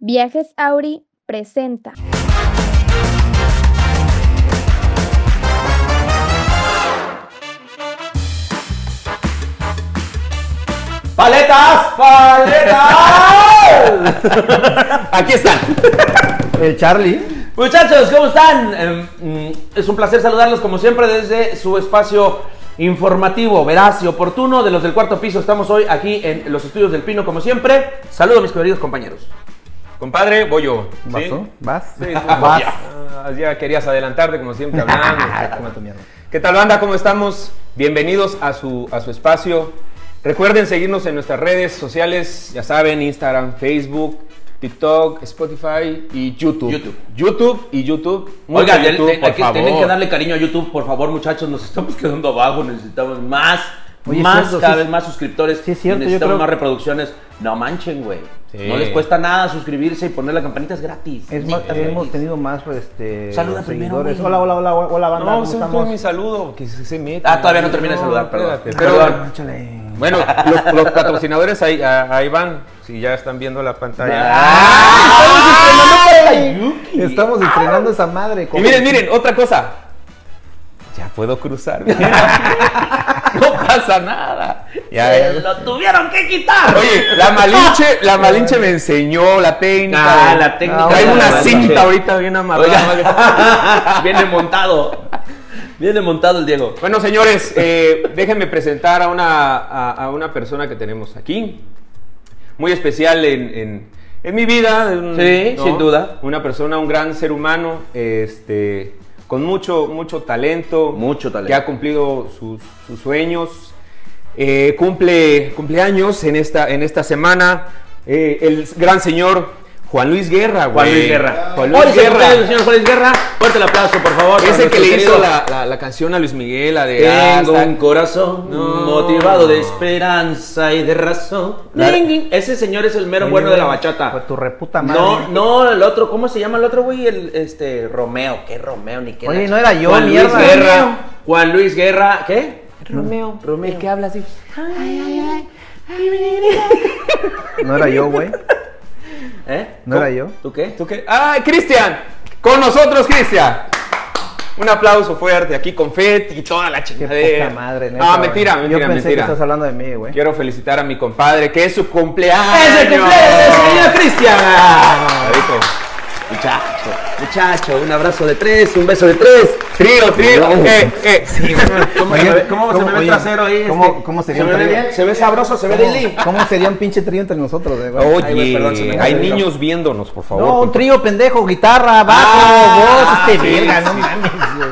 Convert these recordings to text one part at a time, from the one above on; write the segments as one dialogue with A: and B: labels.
A: Viajes Auri presenta.
B: ¡Paletas! ¡Paletas!
C: Aquí están. El Charlie.
B: Muchachos, ¿cómo están? Em, mm, Es un placer saludarlos como siempre desde su espacio informativo, veraz y oportuno de los del cuarto piso. Estamos hoy aquí en los estudios del Pino como siempre. Saludo a mis queridos compañeros.
D: Compadre, voy yo. ¿sí?
C: ¿Vas tú? ¿Vas?
D: Sí, sí,
C: Vas.
D: Ya. Ah, ya querías adelantarte, como siempre, hablando. ¿Qué tal, banda? ¿Cómo estamos? Bienvenidos a su, a su espacio. Recuerden seguirnos en nuestras redes sociales, ya saben, Instagram, Facebook, TikTok, Spotify y YouTube.
B: YouTube.
D: YouTube y YouTube. Mucho
B: Oigan,
D: YouTube,
B: ten- ten-
D: por
B: hay que- tienen
D: favor.
B: que darle cariño a YouTube, por favor, muchachos. Nos estamos quedando abajo, necesitamos más.
C: Oye, es
B: más,
C: cierto,
B: cada
C: sí.
B: vez más suscriptores.
C: Sí, es cierto,
B: y
C: yo
B: necesitamos
C: creo-
B: más reproducciones. No manchen, güey.
D: Sí.
B: No les cuesta nada suscribirse y poner la campanita, es gratis.
C: Es
B: Sí,
C: más,
B: gratis.
C: hemos tenido más este,
B: Eh, Saluda primero,
C: seguidores.
B: güey.
C: Hola, hola, hola, hola, banda.
D: No,
C: ¿cómo
D: siempre
C: estamos?
D: mi saludo, que se, se meta.
B: Ah, todavía no termina de saludar, perdón.
D: espérate,
B: Perdón.
D: perdón.
C: Échale.
D: Bueno, los, los patrocinadores ahí, ah, ahí van, si ya están viendo la pantalla.
B: Ah,
D: Ah.
C: Estamos estrenando esa madre.
D: Y
C: ¿cómo?
D: miren, miren, otra cosa. Ya puedo cruzar. no pasa nada. Ya, ya.
B: ¡Lo tuvieron que quitar!
D: Oye, la Malinche, la Malinche me enseñó la técnica.
B: Ah, la técnica
D: Trae
C: de la
D: una
C: Malinche.
D: cinta ahorita bien amarrada.
B: Oiga. Viene montado. Viene montado el Diego.
D: Bueno, señores, eh, déjenme presentar a una, a, a una persona que tenemos aquí. Muy especial en, en- en mi vida. un-
B: Sí, sin duda.
D: Una persona, un gran ser humano, este, con mucho, mucho talento.
B: Mucho talento.
D: Que ha cumplido sus, sus sueños. Eh, cumple cumpleaños en esta, en esta semana. Eh, el gran señor Juan Luis Guerra, güey.
B: Juan Luis Guerra.
D: Juan
B: Hoy
D: Luis
B: se cumpleaños del
D: Guerra.
B: señor Juan Luis Guerra. Fuerte el aplauso, por favor. para
D: Ese que
B: nuestro
D: le
B: querido-
D: hizo la, la- la canción a Luis Miguel, la de
B: Tengo
D: "Hasta
B: un corazón
D: No.
B: motivado de esperanza y de razón.
C: La-
B: Ding, ding. Ese señor es el mero bueno de la bachata.
C: Pues tu reputa madre.
B: No, no, el otro, ¿cómo se llama el otro güey? El, este, Romeo, ¿qué Romeo? Ni qué.
C: Oye,
B: la-
C: no era yo,
B: Juan Luis
C: mierda.
B: Guerra.
C: Romeo.
B: Juan Luis Guerra, ¿qué?
C: Romeo.
B: Romeo. ¿Qué habla así?
C: No era yo, güey.
B: ¿Eh?
C: No era yo.
B: ¿Tú qué?
D: ¿Tú qué? ¡Ah, Cristian! ¡Con nosotros, Cristian! Un aplauso fuerte, aquí con Fet y toda la
C: Qué
D: chingadera.
B: eh.
C: poca madre, neta.
D: Ah,
C: güey.
D: mentira, mentira,
C: Yo pensé que
D: mentira.
C: estás hablando de mí, güey.
D: Quiero felicitar a mi compadre, que es su cumpleaños. Ah,
B: ¡Es el cumpleaños del señor Cristian!
D: Ahorita.
B: Muchacho, Ah, muchacho, un abrazo de tres, un beso de tres.
D: Trío, trío.
B: No.
D: Eh, eh.
B: ¿Cómo,
C: Oye,
B: se, ve, cómo se me
C: ¿cómo-
B: ve el
C: oye,
B: trasero ahí?
C: ¿cómo-
B: este?
C: cómo
B: se
C: sería
B: me
C: un
B: ve
C: trío?
B: bien? ¿Se ve sabroso? ¿Se ve deli?
C: ¿Cómo, cómo sería un pinche trío entre nosotros, eh, güey?
D: Oye,
B: Ay, güey, perdón, se me
D: hay
B: cayó.
D: niños viéndonos, por favor.
C: No, un
D: compadre.
C: trío, pendejo, guitarra, bajo,
D: Ah,
C: voz, este
D: sí,
C: verga, no
D: sí.
C: mames, güey.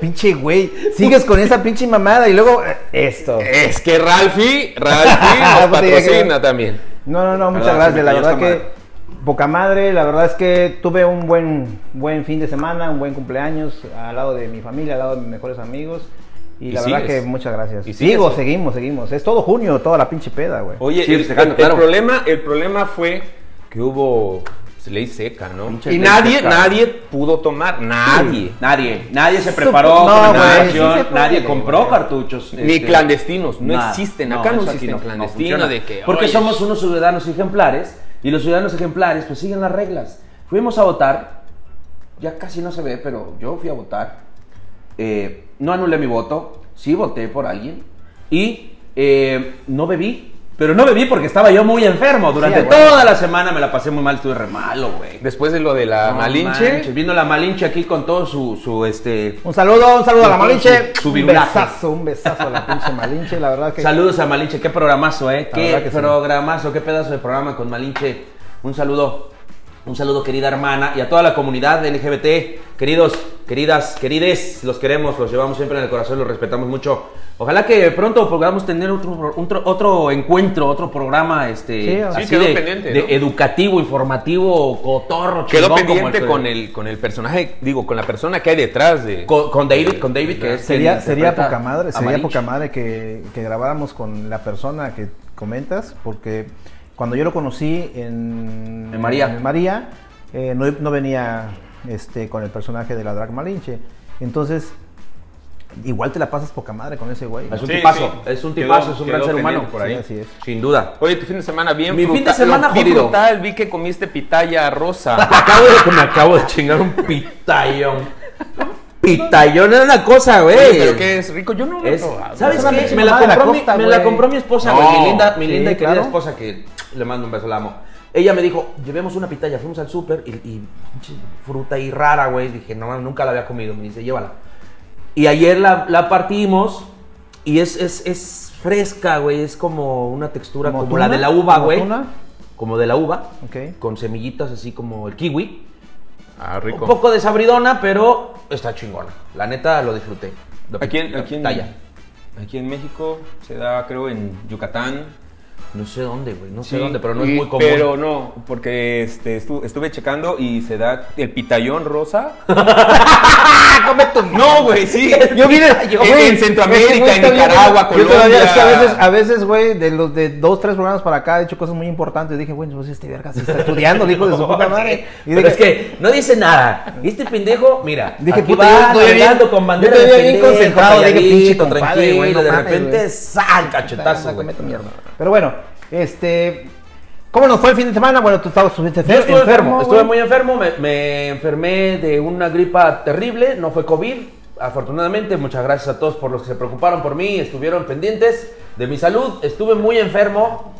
C: Pinche güey, sigues con esa pinche mamada y luego eh, esto.
D: Es que Ralphie, Ralphie nos
C: Pues diría que-
D: patrocina también.
C: No, no, no, muchas
B: Perdón, se me
C: gracias, la
B: cayó
C: verdad
B: esta
C: que
B: madre.
C: poca madre, la verdad es que tuve un buen buen fin de semana, un buen cumpleaños al lado de mi familia, al lado de mis mejores amigos. Y,
D: Y
C: la verdad que
D: sigues.
C: muchas gracias.
D: Y
C: Sigo,
D: sigues, ¿eh?
C: seguimos, seguimos. Es todo junio, toda la pinche peda, güey.
D: Oye,
B: Sí,
D: el,
B: festejando,
D: el- el
B: claro.
D: problema, el problema fue que hubo pues, ley seca, ¿no?
B: Pinche
D: y
B: ley
D: nadie,
B: seca.
D: nadie pudo tomar, nadie.
B: Nadie, nadie se preparó
C: No,
B: con
C: güey,
B: antelación,
C: sí se puede,
B: nadie compró
C: güey.
B: cartuchos.
D: Ni
B: este,
D: clandestinos, no
B: nada.
D: existen. Acá no,
B: eso aquí
D: existen clandestinos
B: funciona.
D: de que.
B: Porque
D: oye,
B: somos unos ciudadanos ejemplares y los ciudadanos ejemplares pues siguen las reglas. Fuimos a votar, ya casi no se ve, pero yo fui a votar. Eh, no anulé mi voto, sí voté por alguien y eh, no bebí. Pero no bebí porque estaba yo muy enfermo. Durante
C: a huevo.
B: toda la semana me la pasé muy mal, estuve re malo, güey.
D: Después de lo de la
B: No
D: Malinche.
B: manches, Vino la Malinche aquí con todo su, su este.
C: Un saludo, un saludo a la Malinche.
B: Su- su
C: un
B: virulaje.
C: besazo, un besazo a la pinche Malinche, la verdad que
B: Saludos a Malinche, qué programazo, eh.
C: La
B: Qué
C: verdad que sí.
B: programazo, qué pedazo de programa con Malinche. Un saludo, un saludo, querida hermana, y a toda la comunidad LGBT, queridos, queridas, querides, los queremos, los llevamos siempre en el corazón, los respetamos mucho. Ojalá que pronto podamos tener otro, pro- un tro- otro encuentro, otro programa este,
C: Sí,
B: así
D: quedó
B: de,
D: pendiente,
B: de
D: ¿no?
B: educativo, informativo, cotorro,
D: Quedó
B: chingón, como
D: pendiente
B: que-
D: con el, con el personaje, digo, con la persona que hay detrás de.
B: con, con David, con David que es
C: sería
B: el
C: sería
B: interpreta
C: poca madre,
B: a
C: sería
B: Malinche.
C: poca madre que, que grabáramos con la persona que comentas, porque cuando yo lo conocí en,
B: En María.
C: María, eh, no, no venía este con el personaje de la drag Malinche. Entonces, igual te la pasas poca madre con ese güey. ¿no?
B: Es un
D: Sí,
B: tipazo,
D: sí.
B: es un
D: Quedó-
B: tipazo, es un gran
D: quedó
B: ser humano.
D: pendiente por ahí.
C: Sí, así es.
B: Sin duda.
D: Oye, tu fin de semana bien
B: Mi fin de
D: fruta-
B: semana
D: lo- bien
B: jodido.
D: frutal, vi que comiste pitaya rosa.
B: Acabo de, me acabo de chingar un pitayón. Pitayón era una cosa, güey.
D: Oye, ¿Pero qué es? ¿Rico? Yo no lo he
B: Es-
D: probado.
B: ¿Sabes
C: Es una
B: qué?
C: pinche
B: Me la,
C: mamá de la
B: compró mi,
C: costa,
B: me la
C: güey.
B: compró mi esposa,
D: No.
B: güey, mi linda, mi
C: Sí,
B: linda y querida
C: claro.
B: esposa que le mando un beso, la amo. Ella me dijo, llevemos una pitaya, fuimos al súper y, y pinche fruta y rara, güey. Dije, no, mames, nunca la había comido. Me dice, llévala. Y ayer la, la partimos y es, es, es fresca, güey. Es como una textura como, la
C: tuna,
B: de la uva,
C: como
B: güey.
C: tuna,
B: Como de la uva.
C: Ok.
B: Con semillitas así como el kiwi.
D: Ah, rico.
B: Un poco desabridona, pero está chingona. La neta lo disfruté. La
D: Aquí en,
B: la
D: aquí, en,
B: pitaya.
D: aquí en México se da, creo, en Yucatán.
B: No sé dónde, güey. No
D: Sí,
B: sé dónde, pero no es
D: y-
B: muy común.
D: Pero no, porque este, estu- estuve checando y se da el pitayón rosa.
B: Ah,
D: No, güey, sí.
C: Yo vine
D: en, en Centroamérica, en Nicaragua, Colombia.
C: es que a veces, a veces, güey, de los de dos, tres programas para acá he hecho cosas muy importantes. Dije, güey, no sé este verga si está estudiando, el hijo de su puta madre. Y
B: Pero
C: dije,
B: es que no dice nada. Y este pendejo, mira,
C: Dije,
B: aquí
C: puta,
B: va
C: yo estoy bien-
B: navegando con bandera
C: yo
B: de
C: estoy bien
B: pendejo,
C: concentrado, dije,
B: calladito,
C: pinche compadre,
B: tranquilo,
C: güey, no
B: y de
C: mames,
B: repente,
C: güey.
B: ¡san!
C: "Ah,
B: Cachetazo, güey.
C: come tu mierda". Pero bueno, este. ¿Cómo nos fue el fin de semana? Bueno, tú estabas estuviste
B: Yo estuve enfermo,
C: güey.
B: estuve muy enfermo, me, me enfermé de una gripa terrible, no fue COVID, afortunadamente, muchas gracias a todos por los que se preocuparon por mí, estuvieron pendientes de mi salud, estuve muy enfermo,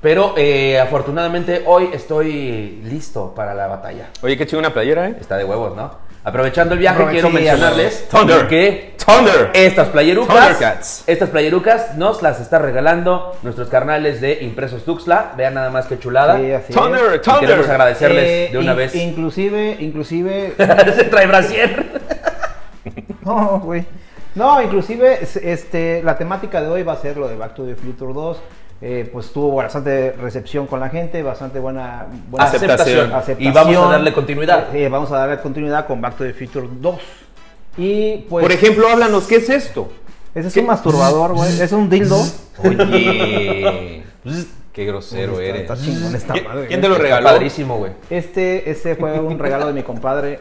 B: pero eh, afortunadamente hoy estoy listo para la batalla.
D: Oye, qué chido una playera, ¿eh?
B: Está de huevos, ¿no? Aprovechando el viaje,
C: Aproveché,
B: quiero mencionarles
D: Thunder.
B: que
D: Thunder.
B: estas playerucas,
D: Thundercats.
B: estas playerucas nos las está regalando nuestros carnales de Impresos Tuxtla. Vean nada más qué chulada.
C: Sí, así es.
D: Thunder,
B: Y queremos
D: Thunder.
B: agradecerles
C: Eh,
B: de una
C: in-
B: vez.
C: Inclusive, inclusive,
B: Se trae brasier.
C: No, güey. No, inclusive es- este, la temática de hoy va a ser lo de Back to the Future 2. Eh, pues tuvo bastante recepción con la gente, bastante buena, buena
D: Aceptación.
C: aceptación.
B: Y vamos a darle continuidad.
C: Eh, eh, vamos a darle continuidad con Back to the Future 2. Y pues.
D: Por ejemplo, háblanos, ¿qué es esto?
C: ese es
D: ¿qué?
C: un masturbador, güey. Es un dildo.
D: Oye, qué grosero
C: Está-
D: eres.
C: está chingón esta
D: ¿Qui-
C: madre, eh?
D: ¿Quién
C: güey.
D: te lo
B: Está
D: regaló?
B: Padrísimo, güey.
C: Este, este fue un regalo de mi compadre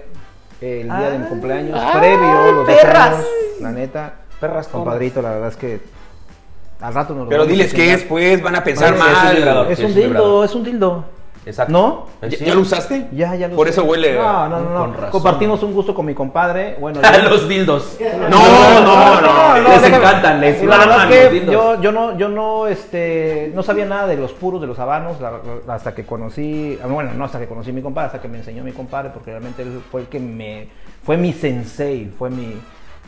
C: eh, el día de mi cumpleaños. previo, los dos
B: perras.
C: años, La neta.
B: Perras, ¿cómo?
C: compadrito, la verdad es que. Al rato nos lo
D: Pero
C: vamos a
D: diles qué
C: chingar.
D: es, pues, van a pensar
B: Oye, sí, es un
D: mal.
B: vibrador.
C: Es
B: Sí,
C: un
B: es un vibrador.
C: dildo, es un dildo.
B: Exacto.
C: ¿No?
D: ¿Ya,
B: Sí.
D: ya lo usaste?
C: Ya, ya lo
D: Por
C: sé.
D: eso huele.
C: No, no, no.
B: Con
C: no.
B: razón.
C: Compartimos un gusto con mi compadre. Bueno,
B: A
C: yo-
B: los dildos.
D: No, no, no.
B: Les
C: déjame.
B: encantan, les
C: Y La verdad
B: maman los
C: es que
B: dildos.
C: yo, yo no, yo no, este, no sabía nada de los puros, de los habanos, la- la- hasta que conocí, ah, bueno, no hasta que conocí a mi compadre, hasta que me enseñó mi compadre, porque realmente él fue el que me, fue mi sensei, fue mi,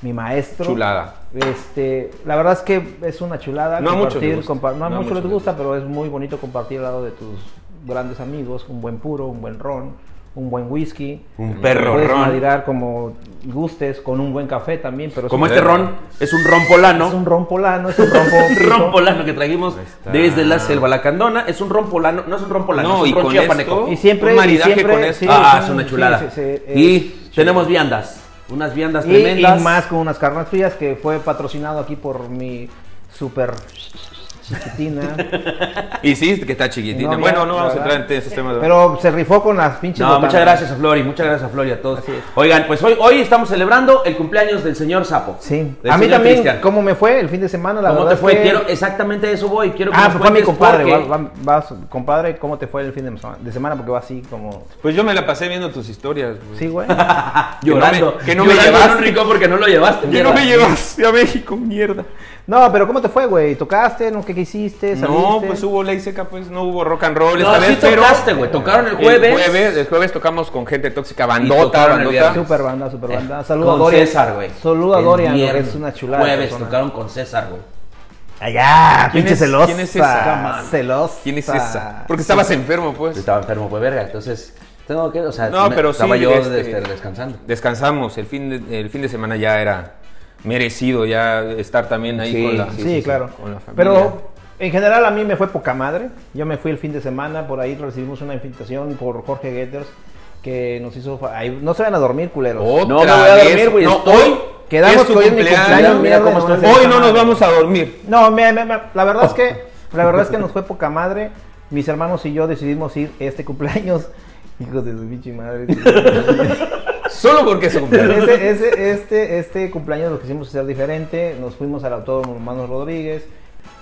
C: mi maestro.
D: Chulada.
C: Este, la verdad es que es una chulada.
D: No a muchos
C: compartir,
D: les gusta.
C: compa- no a
D: No a
C: muchos
D: muchos
C: les
D: les
C: gusta, pero es muy bonito compartir al lado de tus grandes amigos, un buen puro, un buen ron, un buen whisky.
B: Un perro
C: Puedes
D: ron.
C: maridar como gustes, con un buen café también, pero es
B: Como
C: un-
B: este ron, es un ron polano.
C: es un ron polano, es un ron poquito.
B: ron polano que trajimos
D: está.
B: desde la selva lacandona. Es un ron polano, no es un ron polano,
D: No,
B: es
D: y
B: un ron
D: con
B: chiapaneco.
D: esto-
C: Y siempre,
D: Un maridaje
C: y siempre-
D: con esto.
C: sí,
B: ah, es
C: un-
B: una
C: sí,
B: chulada.
C: sí, sí,
B: y
C: es-
B: tenemos viandas, unas viandas
C: y, y
B: tremendas.
C: más con unas carnes frías que fue patrocinado aquí por mi super chiquitina.
D: Y sí, que está chiquitita.
C: No,
D: bueno,
C: ya,
D: no vamos a
C: la
D: entrar
C: verdad.
D: en esos temas. ¿verdad?
C: Pero se rifó con las pinches.
B: No,
C: botanas.
B: muchas gracias a Flori, muchas gracias a Flori a todos. Oigan, pues hoy, hoy estamos celebrando el cumpleaños del señor Sapo.
C: Sí.
B: Del
C: A mí
B: señor
C: también,
B: Cristian.
C: ¿cómo me fue el fin de semana? La
B: ¿Cómo
C: verdad
B: te fue?
C: es que-
B: Quiero, exactamente eso voy. Quiero que
C: Ah,
B: nos
C: pues fue mi
B: cuentes
C: compadre.
B: por qué.
C: va- va- vas- compadre, ¿cómo te fue el fin de semana? de semana? Porque va así como.
D: Pues yo me la pasé viendo tus historias. güey.
C: Sí, güey.
B: Llorando.
D: Que no me- que no me
B: Llorando en
D: llevaste.
B: un rincón porque no lo llevaste.
D: Que
B: mierda.
D: no me llevaste a México, mierda.
C: No, pero ¿cómo te fue, güey? ¿Tocaste? ¿No? ¿Qué, qué hiciste? ¿Saliste?
D: No, pues hubo ley seca, pues no hubo rock and roll.
B: No,
D: esta
B: sí
D: vez, pero-
B: tocaste, güey, tocaron el jueves. Eh,
D: El jueves, el jueves tocamos con gente tóxica,
B: Y
D: bandota,
B: tocaron el
D: bandota.
B: viernes.
C: Super banda, super banda.
B: Eh,
C: Saludos a
B: con
C: Dorian.
B: César, güey.
C: Saludos a
B: El
C: Dorian, que
B: viernes,
C: es una chulada. de
B: Jueves
C: persona.
B: tocaron con César, güey.
C: Allá,
D: ¿Quién
C: pinche
D: es-
C: celosa.
D: quién es esa?
C: Celosa.
D: ¿Quién es esa? Porque estabas enfermo, pues.
B: Estaba enfermo, pues verga. Entonces, tengo que, o sea,
D: No,
B: me-
D: pero sí,
B: estaba yo
D: este-
B: este, descansando.
D: Descansamos, el fin de, el fin de semana ya era merecido ya estar también ahí
B: Sí,
D: con la
B: sí,
C: Sí,
D: con la
C: claro.
D: familia.
C: Pero en general a mí me fue poca madre. Yo me fui el fin de semana, por ahí recibimos una invitación por Jorge Getters que nos hizo... fa- Ay, no se van a dormir, culeros.
D: Otra
B: No me voy a dormir,
D: vez.
B: güey,
D: No,
B: estoy-
D: hoy
C: Quedamos
D: Oh, es tu
C: que hoy es mi cumpleaños,
B: mira
D: mira
B: cómo
D: cómo
B: estoy.
D: Hoy no nos vamos a dormir.
C: No, me- me- me- la verdad es que la verdad es que nos fue poca madre. Mis hermanos y yo decidimos ir este cumpleaños. Hijos de su pinche madre.
D: Solo porque es su cumpleaños.
C: Ese- ese- este, este cumpleaños lo quisimos hacer diferente, nos fuimos al Autódromo Hermanos Rodríguez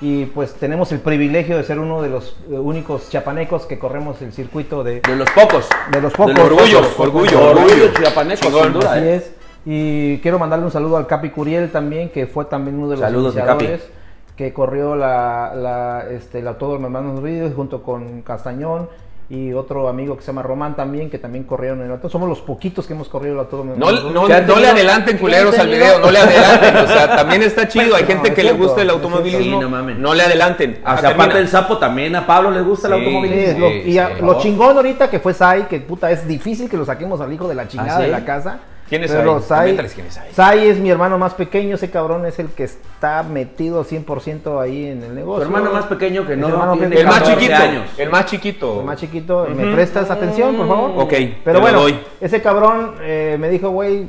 C: y pues tenemos el privilegio de ser uno de los eh, únicos chapanecos que corremos el circuito de,
B: De los pocos.
C: de los pocos.
B: De los
D: Orgullo,
B: pocos.
D: orgullo,
B: Orgullo
D: orgullo.
B: chiapaneco,
D: Chingón,
B: sin duda.
C: Así
B: ¿eh?
C: es. Y quiero mandarle un saludo al Capi Curiel también, que fue también uno de los
B: Saludos, mi Capi.
C: iniciadores que corrió la, la, este, el Autódromo Hermanos Rodríguez junto con Castañón y otro amigo que se llama Román también, que también corrieron el autódromo. Somos los poquitos que hemos corrido el autódromo.
D: No,
C: Hermanos
D: no,
C: Rodríguez.
B: Que han
D: no le
B: tenido-
D: adelanten culeros
B: que han
D: al
B: tenido-
D: video, no le adelanten. O sea, también está chido. Hay
C: No,
D: gente
C: es
D: que le
C: cierto,
D: gusta el
C: es cierto.
D: automovilismo.
B: Sí, no mames.
D: No le adelanten.
B: O
D: Ah,
B: sea,
D: termina.
B: aparte del sapo también, a Pablo le gusta el
D: Sí,
B: automovilismo.
C: Sí, es lo-
D: Sí,
C: y a-
D: sí, Oh.
C: lo
D: ¿no?
C: chingón ahorita que fue Sai, que puta, es difícil que lo saquemos al hijo de la chingada
B: ¿sí?
C: de la casa.
D: ¿Ah, ¿Quién es
C: Pero
D: Sai?
C: Sai?
D: Coméntales quién es Sai.
C: Sai es mi hermano más pequeño, ese cabrón es el que está metido 100% ahí en el
B: Su
C: negocio.
B: hermano más pequeño que
C: Es
B: no
C: mi hermano
B: tiene
C: de
D: el más
B: 14
D: chiquito.
B: años.
D: El más chiquito.
C: El más chiquito, ¿me prestas atención, por favor?
D: Ok, te
C: Pero
D: lo
C: bueno,
D: doy.
C: ese cabrón eh, me dijo, güey,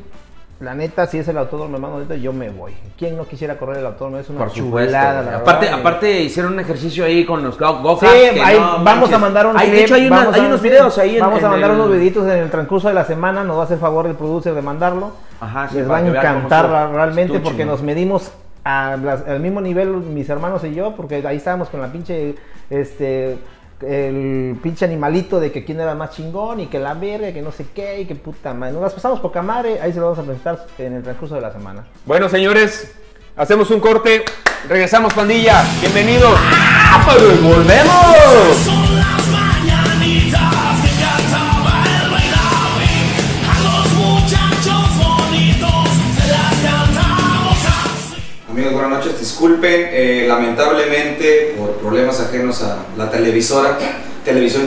C: la neta, si es el autódromo, hermano, neta, yo me voy. ¿Quién no quisiera correr el autódromo? Es una
B: Por supuesto.
C: chulada, la
B: aparte,
C: verdad. eh.
B: aparte hicieron un ejercicio ahí con los go go-karts
C: Sí,
B: que
C: ahí
B: no
C: vamos
B: manches.
C: a mandar un
B: Ahí, de
C: clip,
B: hecho, hay, unas-
C: vamos a-
B: hay unos videos ahí. en-
C: Vamos a
B: en
C: mandar
B: el-
C: unos videitos en el transcurso de la semana, nos va a hacer favor el producer de mandarlo.
B: Ajá, sí,
C: Les va
B: para
C: a
B: que vean cómo
C: encantar
B: estuvo-
C: ra- realmente
B: estuvo
C: porque
B: chingón.
C: nos medimos a las- al mismo nivel mis hermanos y yo, porque ahí estábamos con la pinche, este, el pinche animalito de que quién era más chingón y que la verga, que no sé qué y que puta madre. Nos las pasamos poca madre, ahí se lo vamos a presentar en el transcurso de la semana.
D: Bueno, señores, hacemos un corte. Regresamos, pandilla. Bienvenidos. ¡Ah, pues,
B: ¡Volvemos!
E: Son las mañanitas que cantaba el rey David. A los muchachos bonitos se las cantamos así.
F: Amigos, buenas noches. Disculpen, eh, lamentablemente, por problemas ajenos a la televisora, Televisión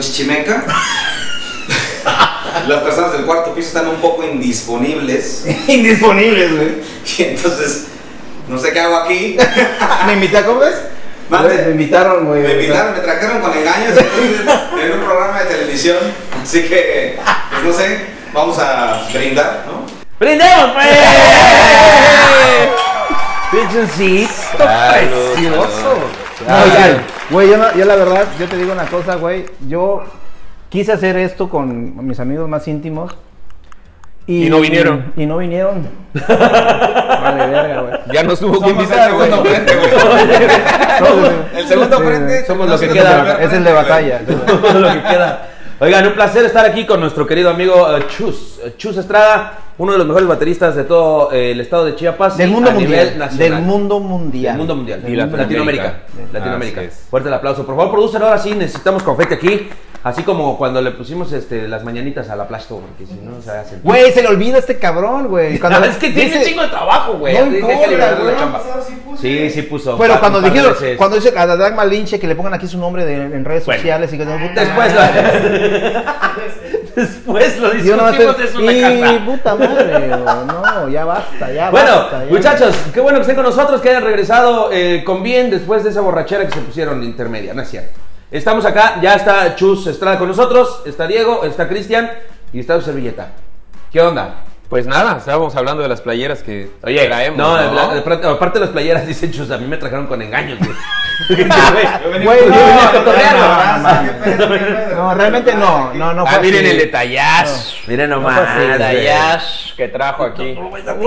F: Chichimeca, las personas del cuarto piso están un poco indisponibles. Indisponibles, güey. Y entonces, no sé qué hago aquí.
C: ¿Me invité a comer?
F: Mande.
C: Me invitaron, güey.
F: Me invitaron, me trajeron con engaños entonces, en un programa de televisión. Así que, pues no sé, vamos a brindar, ¿no?
B: ¡Brindemos, pues! ¡Pichoncito precioso! Ah,
C: No, oigan, güey, yo, no- yo la verdad, yo te digo una cosa, güey. Yo quise hacer esto con mis amigos más íntimos.
D: Y no vinieron.
C: Y no vinieron. vale, verga, güey.
D: Ya nos tuvo que
F: Somos el
D: invitar, güey.
F: segundo frente, güey. El segundo
C: Sí,
F: frente.
B: somos lo que
F: no,
B: queda,
F: el primer
C: Es el
F: frente,
C: de
F: güey.
C: batalla.
B: Todo lo que queda. Oigan, un placer estar aquí con nuestro querido amigo eh, Chus, eh, Chus Estrada, uno de los mejores bateristas de todo eh, el estado de Chiapas.
C: Del
B: y
C: mundo
B: a nivel
C: mundial.
B: nacional.
C: Del mundo mundial.
B: Del mundo mundial.
C: Del
B: Y
C: mundo
B: Latinoamérica.
D: mundial.
B: Latinoamérica.
D: Así es.
B: Fuerte el aplauso. Por favor, producer, ahora sí necesitamos confeti aquí. Así como cuando le pusimos este, las mañanitas a la plasto, porque si no se hace.
C: Güey, se le olvida a este cabrón, güey. Cuando
B: es que tiene
C: dice-
B: un chingo de trabajo, güey.
C: No
B: Deja que
C: importa,
B: liberarle
C: güey.
B: la chamba. Sí, sí puso.
C: Pero
B: pa-
C: cuando
B: un par de
C: dijeron,
B: veces.
C: cuando dice a la Dragma Linche que le pongan aquí su nombre de- en redes
B: Bueno. Ah,
C: sociales y que
B: Después lo. Después lo
C: Yo no
B: discutimos,
C: me
B: es una casa.
C: puta madre, güey, no, ya basta, ya
B: Bueno,
C: Ah, basta. ya.
B: muchachos, qué bueno que estén con nosotros, que hayan regresado eh, con bien después de esa borrachera que se pusieron de intermedia, no es cierto. Estamos acá, ya está Chus Estrada con nosotros, está Diego, está Cristian y está su servilleta. ¿Qué onda?
D: Pues nada, estábamos hablando de las playeras que traemos.
B: no,
D: ¿no?
B: la- la- aparte de las playeras, dice Chus, a mí me trajeron con engaños, güey.
C: Güey,
B: Yo
C: no,
B: venía
C: no,
B: cotorreando.
C: no, no, no.
F: Qué pedo, qué pedo.
C: No, realmente no, no, no.
D: Ah,
C: fue
D: miren
C: así.
D: el detallazo.
B: Miren nomás.
D: El
B: güey.
D: detallazo que trajo aquí.